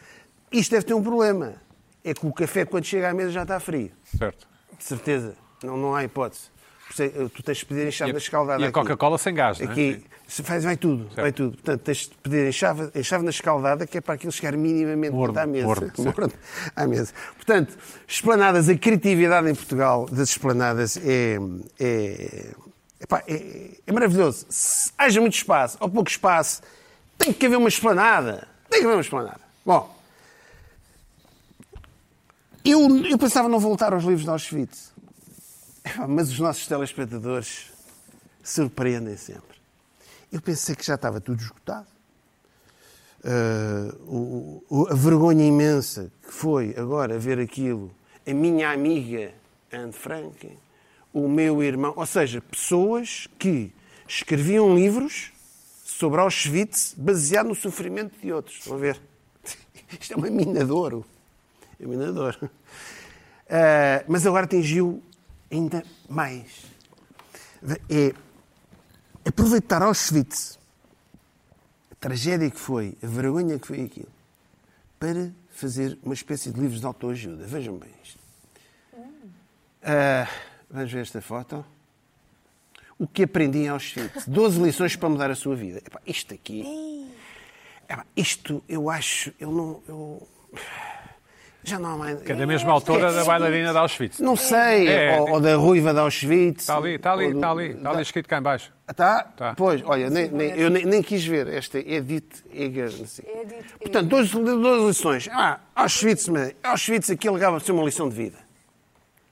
Speaker 2: Isto deve ter um problema. É que o café, quando chega à mesa, já está frio.
Speaker 1: é? Certo.
Speaker 2: De certeza. Não, não há hipótese. Por isso é- Tu tens de pedir
Speaker 1: E
Speaker 2: enxada
Speaker 1: a-
Speaker 2: escaldada
Speaker 1: e a
Speaker 2: aqui.
Speaker 1: Coca-Cola sem gás, não é?
Speaker 2: Aqui, se faz, vai tudo, vai tudo. Portanto, tens de pedir enxada, enxada escaldada, que é para aquilo chegar minimamente
Speaker 1: Morno,
Speaker 2: à mesa.
Speaker 1: morno, certo.
Speaker 2: Morno à mesa. Portanto, esplanadas, a criatividade em Portugal das esplanadas é, é, epá, é- é maravilhoso. Se haja muito espaço ou pouco espaço, tem que haver uma esplanada. Tem que haver uma esplanada. Bom, eu, eu pensava não voltar aos livros de Auschwitz. Epá, Mas os nossos telespectadores surpreendem sempre. Eu pensei que já estava tudo esgotado. Ah, o- o- a vergonha imensa que foi agora ver aquilo, a minha amiga Anne Frank, o meu irmão, ou seja, pessoas que escreviam livros sobre Auschwitz baseado no sofrimento de outros. Estão a ver? Isto é uma mina de ouro. É uma mina de ouro. Ah, mas agora atingiu ainda mais. É aproveitar Auschwitz a tragédia que foi, a vergonha que foi aquilo, para fazer uma espécie de livros de autoajuda. Vejam bem isto. Ah, vamos ver esta foto. O que aprendi em Auschwitz. 12 lições para mudar a sua vida. Epá, isto aqui. Epá, isto eu acho. Eu não. Eu, Já não há mais.
Speaker 1: Que é da mesma autora da bailarina de Auschwitz.
Speaker 2: Não sei,
Speaker 1: É.
Speaker 2: ou, ou da Ruiva de Auschwitz.
Speaker 1: Está ali, está ali, está ali. Está ali escrito cá em baixo.
Speaker 2: Está?
Speaker 1: Tá.
Speaker 2: Pois, olha, nem, nem- eu nem, nem quis ver esta Edith Eger. não sei.
Speaker 3: Edith
Speaker 2: Portanto, duas, duas lições. Ah, Auschwitz, mas Auschwitz aqui alegava-se uma lição de vida.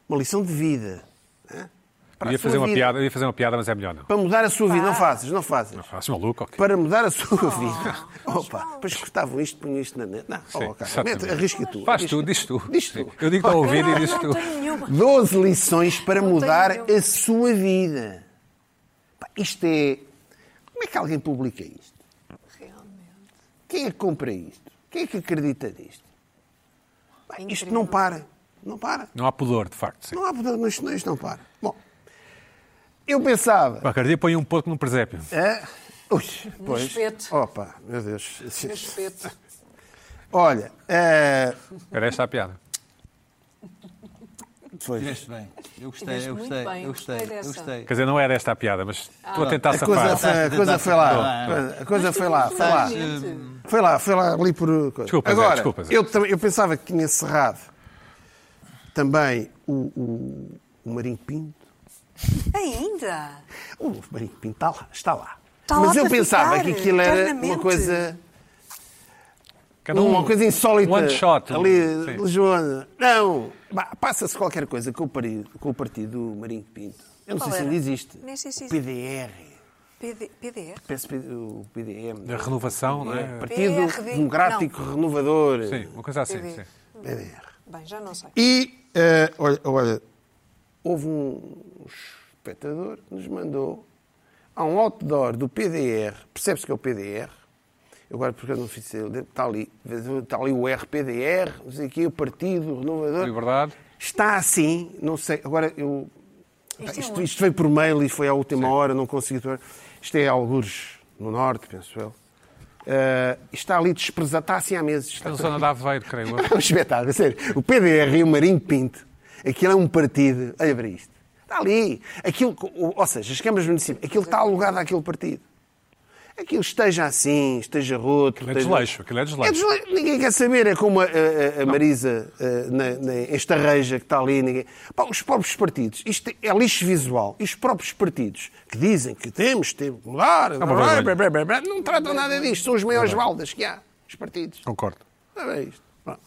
Speaker 2: Uma lição de vida. né? Para a
Speaker 1: Ia
Speaker 2: sua
Speaker 1: fazer, uma
Speaker 2: vida.
Speaker 1: piada, ia fazer uma piada, mas é melhor não.
Speaker 2: Para mudar a sua vida. Não fazes, não fazes.
Speaker 1: Faz maluco, ok.
Speaker 2: Para mudar a sua vida. Opa, depois cortavam isto, punham isto na net. Não,
Speaker 1: Sim,
Speaker 2: oh, cara,
Speaker 1: exatamente.
Speaker 2: mete, arrisca tu.
Speaker 1: Faz
Speaker 2: arrisca.
Speaker 1: tu, diz tu.
Speaker 2: Diz tu.
Speaker 1: Eu digo para ouvir e
Speaker 3: não,
Speaker 1: diz
Speaker 3: não
Speaker 1: tu.
Speaker 3: tenho nenhuma.
Speaker 2: 12 lições para
Speaker 3: Não
Speaker 2: mudar
Speaker 3: tenho nenhuma.
Speaker 2: a sua vida. Pá, Isto é. Como é que alguém publica isto?
Speaker 3: Realmente.
Speaker 2: Quem é que compra isto? Quem é que acredita nisto? Pá, isto
Speaker 3: É Incrível.
Speaker 2: não para. Não para.
Speaker 1: Não há pudor, de facto. Sim.
Speaker 2: Não há poder, isto não, isto não para. Bom, eu pensava.
Speaker 1: Qualquer dia põe um porco no presépio.
Speaker 2: Ah, ui, pois.
Speaker 3: espeto.
Speaker 2: Opa, meu Deus.
Speaker 3: Respeito.
Speaker 2: Olha, ah,
Speaker 1: Era esta a piada.
Speaker 2: pois.
Speaker 4: Tiveste bem. Eu gostei,
Speaker 3: Tiveste
Speaker 4: eu
Speaker 3: muito
Speaker 4: gostei,
Speaker 3: bem,
Speaker 4: eu
Speaker 3: gostei
Speaker 4: gostei, eu
Speaker 3: dessa.
Speaker 4: gostei.
Speaker 1: Quer dizer, não era esta a piada, mas estou a tentar
Speaker 2: Ah. A coisa, assim.
Speaker 1: safar.
Speaker 2: foi, a coisa foi lá.
Speaker 4: Tá bem,
Speaker 2: A coisa foi lá, foi lá.
Speaker 3: Realmente.
Speaker 2: Foi lá, foi lá ali por. coisa.
Speaker 1: Desculpa, Zé,
Speaker 2: Agora,
Speaker 1: desculpa, Zé.
Speaker 2: Eu, também- eu pensava que tinha encerrado também o, o, o Marinho Pinto.
Speaker 3: Ainda?
Speaker 2: O Marinho Pinto está lá. Está lá.
Speaker 3: Está
Speaker 2: Mas
Speaker 3: Tá lá
Speaker 2: eu
Speaker 3: para
Speaker 2: pensava
Speaker 3: ficar,
Speaker 2: que aquilo era uma
Speaker 3: eternamente.
Speaker 2: coisa,
Speaker 1: Cada um-
Speaker 2: uma coisa assim. insólita.
Speaker 1: One shot.
Speaker 2: Ali,
Speaker 1: Sim.
Speaker 2: Lisboa. Não, Bah, passa-se qualquer coisa com o, pari- com o partido do Marinho Pinto. Eu não
Speaker 3: Qual
Speaker 2: sei se
Speaker 3: era?
Speaker 2: ainda existe.
Speaker 3: Nem sei se
Speaker 2: O
Speaker 3: existe.
Speaker 2: PDR.
Speaker 3: PD, PDR?
Speaker 2: PSP, o PDM.
Speaker 1: Da renovação, não é?
Speaker 2: Partido
Speaker 3: PRD.
Speaker 2: Democrático Renovador.
Speaker 1: Sim, uma coisa assim.
Speaker 3: PDR.
Speaker 1: sim.
Speaker 2: PDR.
Speaker 3: Bem, já não sei.
Speaker 2: E, eh, olha, olha, houve um espectador que nos mandou a um outdoor do PDR, percebe-se que é o PDR, eu agora porque eu não fiz ele, está ali, está ali o RPDR, não sei o quê, o Partido Renovador.
Speaker 1: Liberdade.
Speaker 2: Está assim, não sei, agora eu. Pá,
Speaker 3: Isto
Speaker 2: Isto,
Speaker 3: é onde?
Speaker 2: isto veio por mail e foi à última hora, não consegui. tomar. Isto é algures no norte, penso eu. Eh, está ali desprezado, está assim há meses. Está
Speaker 1: Na um zona de Aveiro, creio eu.
Speaker 2: é um espetáculo, a sério. O PDR e o Marinho Pinto, aquilo é um partido. Olha para isto. Está ali. Aquilo, o- ou seja, as câmaras municipais, aquilo está alugado àquele partido. Aquilo esteja assim, esteja roto.
Speaker 1: Aquilo é
Speaker 2: esteja-
Speaker 1: desleixo, aquilo é desleixo.
Speaker 2: Ninguém quer saber. É como a, a- a Marisa eh, na, na, esta reja que está ali. Ninguém... Pá, os próprios partidos, isto é lixo visual. E os próprios partidos que dizem que temos de mudar,
Speaker 1: É uma vergonha. É
Speaker 2: blá, blá, blá, blá, não tratam nada disto. São os maiores baldas que há, os partidos.
Speaker 1: Concordo.
Speaker 2: Era isto. Pronto.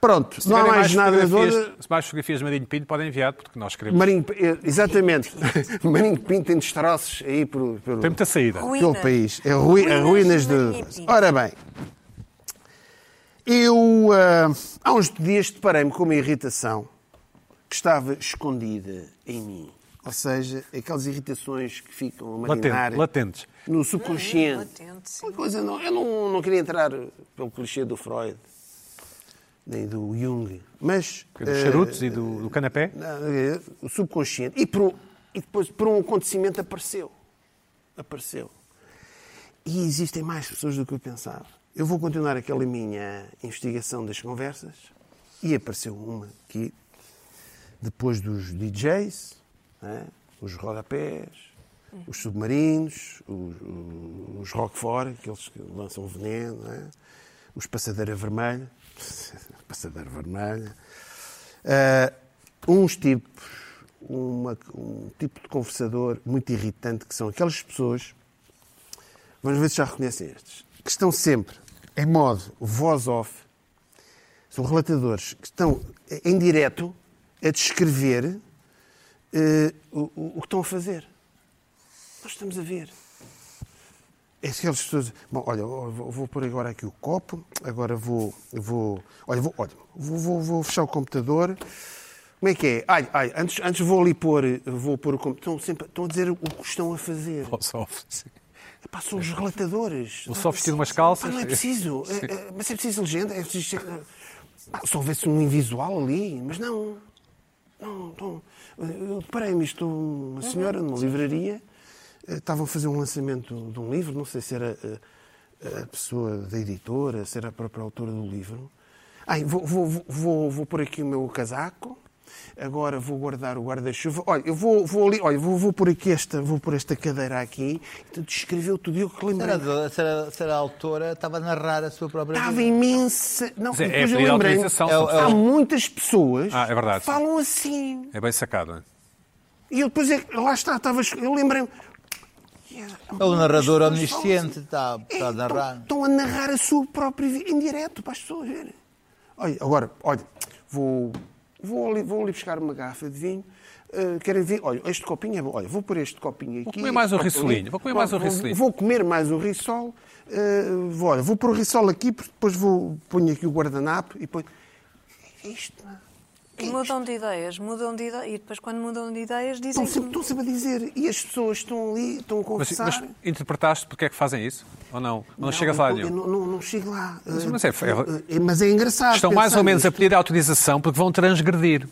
Speaker 2: Pronto,
Speaker 1: Se
Speaker 2: não há
Speaker 1: tiverem
Speaker 2: mais, nada de
Speaker 1: fotografias-
Speaker 2: olho.
Speaker 1: Se mais fotografias de Marinho Pinto, podem enviar, porque nós queremos.
Speaker 2: Marinho, eh, exatamente. Marinho Pinto tem destroços aí pelo, pelo,
Speaker 1: Tem muita saída.
Speaker 3: Rui-
Speaker 2: pelo
Speaker 3: Ruína.
Speaker 2: país. É rui,
Speaker 3: Ruínas
Speaker 2: ruínas, ruínas
Speaker 3: de Marinho
Speaker 2: de.
Speaker 3: Pinto.
Speaker 2: Ora bem, eu ah, há uns dias deparei-me com uma irritação que estava escondida em mim. Ou seja, aquelas irritações que ficam a marinar
Speaker 1: Latente, latentes.
Speaker 2: no subconsciente.
Speaker 3: Latente, sim.
Speaker 2: Uma coisa não, eu não, não queria entrar pelo clichê do Freud, nem do Jung, mas
Speaker 1: Dos
Speaker 2: eh,
Speaker 1: charutos e é do, do canapé.
Speaker 2: não, eh, o subconsciente. E, por um- e depois, por um acontecimento, apareceu. Apareceu. E existem mais pessoas do que eu pensava. Eu vou continuar aquela minha investigação das conversas e apareceu uma que, depois dos DJs, né, os rodapés, os submarinos, os, os Roquefort, aqueles que lançam veneno, né, os passadeira vermelha, passadeira vermelha, ah, uns tipos, uma- um tipo de conversador muito irritante que são aquelas pessoas Vamos ver se já reconhecem estes. Que estão sempre em modo voz off. São relatadores que estão em direto a descrever eh, o, o- o que estão a fazer. Nós estamos a ver. É aquelas pessoas. Bom, olha, eu vou, vou pôr agora aqui o copo, agora vou. eu vou olha, vou, olha, vou, vou- vou fechar o computador. Como é que é? Ai, ai, antes, antes vou ali pôr, vou pôr o computador. Estão, sempre, estão a dizer o que estão a fazer.
Speaker 1: Ou só- sim.
Speaker 2: Epá, são os relatadores.
Speaker 1: Ou só vestir umas calças.
Speaker 2: Pá, não é preciso. É, é, mas é preciso legenda. É preciso... Pá, se houvesse um invisual ali, mas não. Não, não. Eu parei-me isto. Uma senhora numa livraria eh, estavam a fazer um lançamento de um livro, não sei se era eh, a pessoa da editora, se era a própria autora do livro. Ai, vou, vou, vou, vou, vou pôr aqui o meu casaco. Agora vou guardar o guarda-chuva. Olha, eu vou, vou ali, olha, vou, vou por aqui esta, vou por esta cadeira aqui. Então descreveu tudo e eu que lembrei.
Speaker 4: Será, será, será a autora, estava a narrar a sua própria
Speaker 3: Tá
Speaker 2: Estava
Speaker 4: vida.
Speaker 2: imensa. Não,
Speaker 1: Mas é-
Speaker 2: depois
Speaker 1: é
Speaker 2: eu
Speaker 1: pedir
Speaker 2: lembrei.
Speaker 1: autorização,
Speaker 4: sim.
Speaker 2: Há muitas pessoas
Speaker 1: Ah, é verdade,
Speaker 2: que falam assim.
Speaker 1: É bem sacado, não é?
Speaker 2: E eu depois é que- lá está, estava, eu lembrei-me.
Speaker 4: É o narrador
Speaker 2: As pessoas falam
Speaker 4: omnisciente, está,
Speaker 2: É,
Speaker 4: está a narrar.
Speaker 2: Estão, estão a narrar a sua própria vida em direto para as pessoas verem. Olha, agora, olha, vou, vou, ali, vou ali buscar uma garrafa de vinho. eh, querem ver? Olha, este copinho é bom. Olha, vou pôr este copinho aqui.
Speaker 1: comer mais um rissolinho, vou comer mais um
Speaker 2: Vou-
Speaker 1: rissolinho.
Speaker 2: Vou comer mais um rissol. eh, vou, olha, vou pôr o rissol aqui, porque depois vou, ponho aqui o guardanapo e ponho... É isto, não é?
Speaker 3: E mudam de ideias, mudam de ideias. E depois, quando mudam de ideias, dizem
Speaker 2: Estão sempre,
Speaker 3: que.
Speaker 2: estão sempre a dizer. E as pessoas estão ali, estão a
Speaker 1: Mas,
Speaker 2: conversar.
Speaker 1: mas interpretaste porque é que fazem isso? Ou não? Ou Não, chega a falar
Speaker 2: eu-
Speaker 1: nenhum?
Speaker 2: eu Não, não, não chego lá.
Speaker 1: Mas-
Speaker 2: Eh,
Speaker 1: mas é-
Speaker 2: eh, mas é engraçado.
Speaker 1: Estão mais
Speaker 2: pensar
Speaker 1: ou menos a
Speaker 2: nisto.
Speaker 1: pedir autorização porque vão transgredir.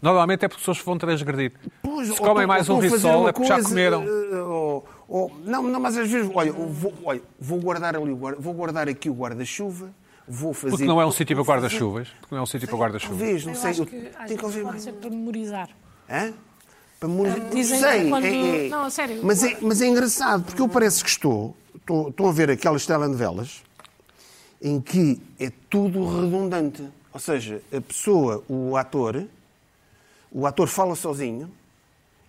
Speaker 1: Normalmente é porque pessoas que vão transgredir.
Speaker 2: Pois,
Speaker 1: Se
Speaker 2: ou
Speaker 1: comem
Speaker 2: estão-
Speaker 1: mais
Speaker 2: ou
Speaker 1: um
Speaker 2: estão a fazer
Speaker 1: risol
Speaker 2: uma
Speaker 1: é porque já
Speaker 2: coisa,
Speaker 1: comeram.
Speaker 2: eh, ou- ou- não, não, mas às vezes, olha, eu vou, olha, vou guardar ali, o guarda- vou guardar aqui o guarda-chuva, vou fazer.
Speaker 1: Porque não é um
Speaker 2: vou
Speaker 1: sítio para
Speaker 2: fazer-
Speaker 1: guarda-chuvas. Porque não é um sítio para guarda-chuvas.
Speaker 2: Talvez, não
Speaker 5: Eu
Speaker 2: sei.
Speaker 5: acho
Speaker 2: eu
Speaker 5: que às
Speaker 2: tenho que
Speaker 5: vezes
Speaker 2: ouvir
Speaker 5: pode
Speaker 2: mais.
Speaker 5: ser para memorizar.
Speaker 2: Hã? Para mu-
Speaker 5: Ah, dizem
Speaker 2: não
Speaker 5: que
Speaker 2: sei,
Speaker 5: quando-
Speaker 2: é- é-
Speaker 5: não, a sério.
Speaker 2: Mas é, mas é engraçado, porque eu parece que estou, estou, estou a ver aquelas telenovelas em que é tudo redundante. Ou seja, a pessoa, o ator, o ator fala sozinho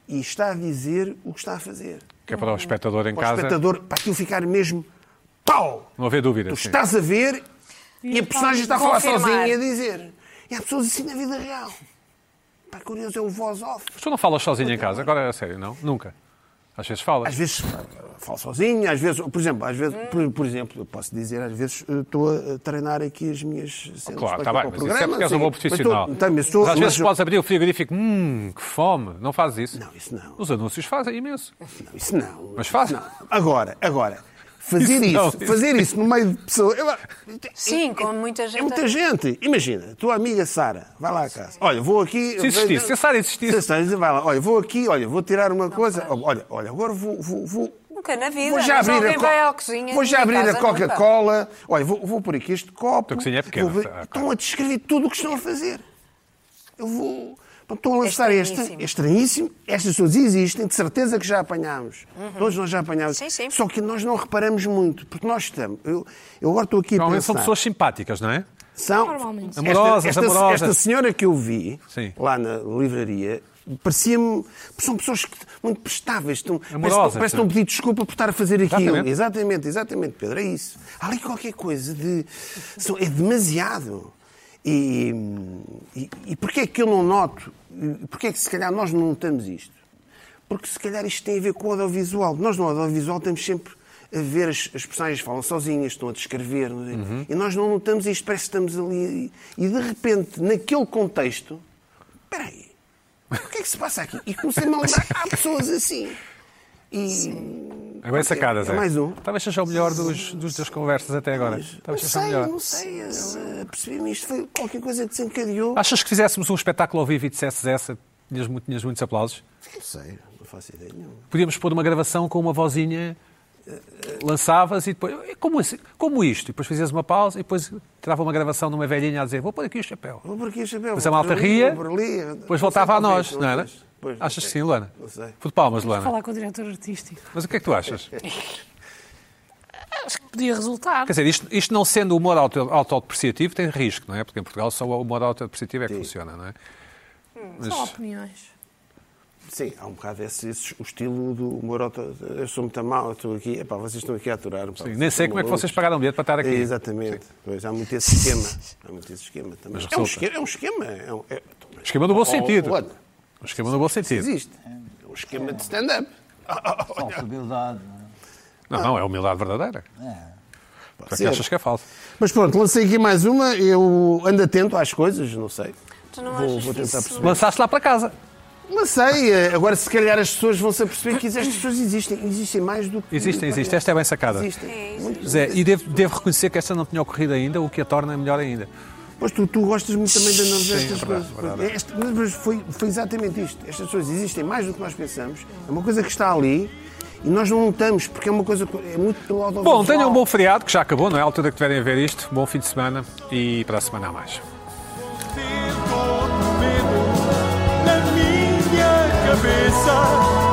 Speaker 2: e está a dizer o que está a fazer.
Speaker 1: Que é para o espectador em
Speaker 2: Para o
Speaker 1: casa
Speaker 2: espectador, para aquilo ficar mesmo pau!
Speaker 1: não haver dúvida.
Speaker 2: Tu
Speaker 1: sim.
Speaker 2: estás a ver e a personagem está a falar
Speaker 3: Confirmar.
Speaker 2: sozinha e a dizer. E há pessoas assim na vida real. Pá, curioso, é o voz off.
Speaker 1: Mas tu não falas sozinho em casa, agora é sério, não? Nunca. Às vezes falas.
Speaker 2: Às vezes eh, falo sozinho, às vezes, por exemplo, às vezes, por, por exemplo, eu posso dizer, às vezes eh, estou a treinar aqui as minhas cenas
Speaker 1: Claro,
Speaker 2: para-
Speaker 1: está
Speaker 2: para
Speaker 1: bem,
Speaker 2: o
Speaker 1: mas isso é
Speaker 2: programa,
Speaker 1: porque és um
Speaker 2: sim.
Speaker 1: bom
Speaker 2: Mas estou-
Speaker 1: profissional.
Speaker 2: então, mas estou-
Speaker 1: Mas às
Speaker 2: mas
Speaker 1: vezes
Speaker 2: eu-
Speaker 1: podes abrir o frigorífico, hum, que fome, não fazes isso.
Speaker 2: Não, isso não.
Speaker 1: Os anúncios fazem imenso.
Speaker 2: Não, Isso não.
Speaker 1: Mas faz.
Speaker 2: Não. Agora, agora, fazer
Speaker 1: Isso
Speaker 2: isso,
Speaker 1: não, isso-
Speaker 2: fazer isso no meio de pessoas. eu-
Speaker 3: Sim,
Speaker 2: é-
Speaker 3: com muita gente
Speaker 2: É muita
Speaker 3: a-
Speaker 2: gente. Imagina, tua amiga Sara, vai lá a casa. Olha, vou aqui.
Speaker 1: Se existisse, se a Sara existisse.
Speaker 2: Se a Sara existisse, vai lá. Olha, vou aqui, olha, vou tirar uma coisa. Olha, olha, agora vou- vou- vou
Speaker 3: Nunca na vida.
Speaker 2: Vou já
Speaker 3: mas
Speaker 2: abrir a,
Speaker 3: alguém
Speaker 2: co-
Speaker 3: vai à cozinha.
Speaker 2: vou já
Speaker 3: em
Speaker 2: abrir
Speaker 3: casa
Speaker 2: a
Speaker 3: nunca.
Speaker 2: Coca-Cola. Olha, vou, vou pôr aqui este copo.
Speaker 1: A cozinha é pequena,
Speaker 2: Vou ver-
Speaker 1: tá,
Speaker 2: Estão a descrever tudo o que estão a fazer. Eu vou. Bom, Estão a lançar
Speaker 3: É
Speaker 2: esta.
Speaker 3: estranhíssimo.
Speaker 2: É estranhíssimo. Estas pessoas existem, de certeza que já apanhámos. Todos nós já apanhámos.
Speaker 3: Uhum. Sim, sim.
Speaker 2: Só que nós não reparamos muito, porque nós estamos. Eu, eu agora estou aqui a
Speaker 1: Normalmente
Speaker 2: pensar.
Speaker 1: são pessoas simpáticas, não é?
Speaker 2: São
Speaker 5: Normalmente.
Speaker 1: Amorosas,
Speaker 2: esta, esta,
Speaker 1: amorosas.
Speaker 2: esta senhora que eu vi
Speaker 1: Sim.
Speaker 2: lá na livraria parecia-me. São pessoas que, muito prestáveis. Estão, parece-
Speaker 1: Amorosas,
Speaker 2: parece que estão a
Speaker 1: sim.
Speaker 2: pedir desculpa por estar a fazer aquilo.
Speaker 1: Exatamente.
Speaker 2: Exatamente, exatamente, Pedro. É isso. Há ali qualquer coisa de. são- É demasiado. E, e, e porquê é que eu não noto? E Porquê é que se calhar nós não notamos isto? Porque se calhar isto tem a ver com o audiovisual. Nós no audiovisual temos sempre a ver as, as personagens falam sozinhas, estão a descrever, não é? e nós não notamos isto, parece que estamos ali. E de repente, naquele contexto, espera aí, o que é que se passa aqui? E comecei-me a lembrar, há pessoas assim. E,
Speaker 1: É bem sacadas,
Speaker 2: É mais um.
Speaker 1: Talvez seja o melhor dos, dos- das conversas até agora.
Speaker 2: Não
Speaker 1: Talvez seja o
Speaker 2: sei,
Speaker 1: melhor.
Speaker 2: não sei. eh, Percebi-me isto. Foi qualquer coisa que desencadeou.
Speaker 1: Achas que fizéssemos um espetáculo ao vivo e dissesses essa, tinhas, mu- tinhas muitos aplausos?
Speaker 2: Não sei, não faço ideia nenhuma.
Speaker 1: Podíamos pôr uma gravação com uma vozinha, eh, lançavas e depois. "Eh, Como, assim? como isto? E depois fazias uma pausa e depois tirava uma gravação de uma velhinha a dizer: Vou pôr aqui o chapéu.
Speaker 2: Vou por aqui o chapéu.
Speaker 1: Mas a
Speaker 2: vou
Speaker 1: malta
Speaker 2: por é ali,
Speaker 1: ria,
Speaker 2: vou por ali. eh, Não
Speaker 1: Depois voltava
Speaker 2: sei, é
Speaker 1: a nós,
Speaker 2: talvez,
Speaker 1: não era?
Speaker 2: talvez. Pois, não
Speaker 1: Achas que
Speaker 2: sei.
Speaker 1: sim, Luana?
Speaker 2: Não sei.
Speaker 1: Por de palmas, Luana.
Speaker 5: Falar com o diretor artístico.
Speaker 1: Mas o que é que tu achas?
Speaker 5: Acho que podia resultar.
Speaker 1: Quer dizer, isto, isto não sendo humor auto- autodepreciativo tem risco, não é? Porque em Portugal só o humor autodepreciativo é que funciona, não é?
Speaker 5: São opiniões.
Speaker 2: Sim, há um bocado esse, esse- o estilo do Moroto. Eu sou muito mal, eu estou aqui. Epá, vocês estão aqui a aturar.
Speaker 1: nem sei como é que vocês pagaram o bilhete para estar aqui.
Speaker 2: exatamente. Pois, há muito esse esquema. Há muito esse esquema também. é, um
Speaker 1: resulta.
Speaker 2: esquema, é um esquema. É um, é-
Speaker 1: Esquema no bom
Speaker 2: Oh,
Speaker 1: sentido.
Speaker 2: Luana,
Speaker 1: Um esquema no bom sentido.
Speaker 2: existe. É um esquema de stand-up.
Speaker 4: Falta humildade.
Speaker 1: Não, não, é humildade verdadeira. Para que
Speaker 2: ser.
Speaker 1: achas que é falso?
Speaker 2: Mas pronto, lancei aqui mais uma. Eu ando atento às coisas, não sei.
Speaker 3: Tu não
Speaker 2: Vou,
Speaker 3: achas
Speaker 2: vou tentar
Speaker 3: que isso-
Speaker 2: perceber.
Speaker 1: Lançaste lá para casa.
Speaker 2: Lancei. eh, Agora, se calhar, as pessoas vão se aperceber que estas pessoas existem. Existem mais do que.
Speaker 1: Existem, existem. Esta é bem sacada.
Speaker 2: Existem. Muito.
Speaker 1: Zé, e devo, devo reconhecer que esta não tinha ocorrido ainda, o que a torna melhor ainda.
Speaker 2: Pois tu, tu gostas muito também de analisar
Speaker 1: Sim,
Speaker 2: estas
Speaker 1: é verdade,
Speaker 2: coisas.
Speaker 1: verdade.
Speaker 2: Pois, este- mas- mas foi, foi exatamente isto. Estas pessoas existem mais do que nós pensamos. É uma coisa que está ali e nós não notamos, porque é uma coisa. que- É muito pelo audiovisual.
Speaker 1: Bom, tenham um bom feriado, que já acabou, não é? A altura que tiverem a ver isto. Bom fim de semana e para a semana a mais.
Speaker 6: Tempo, tempo, cabeça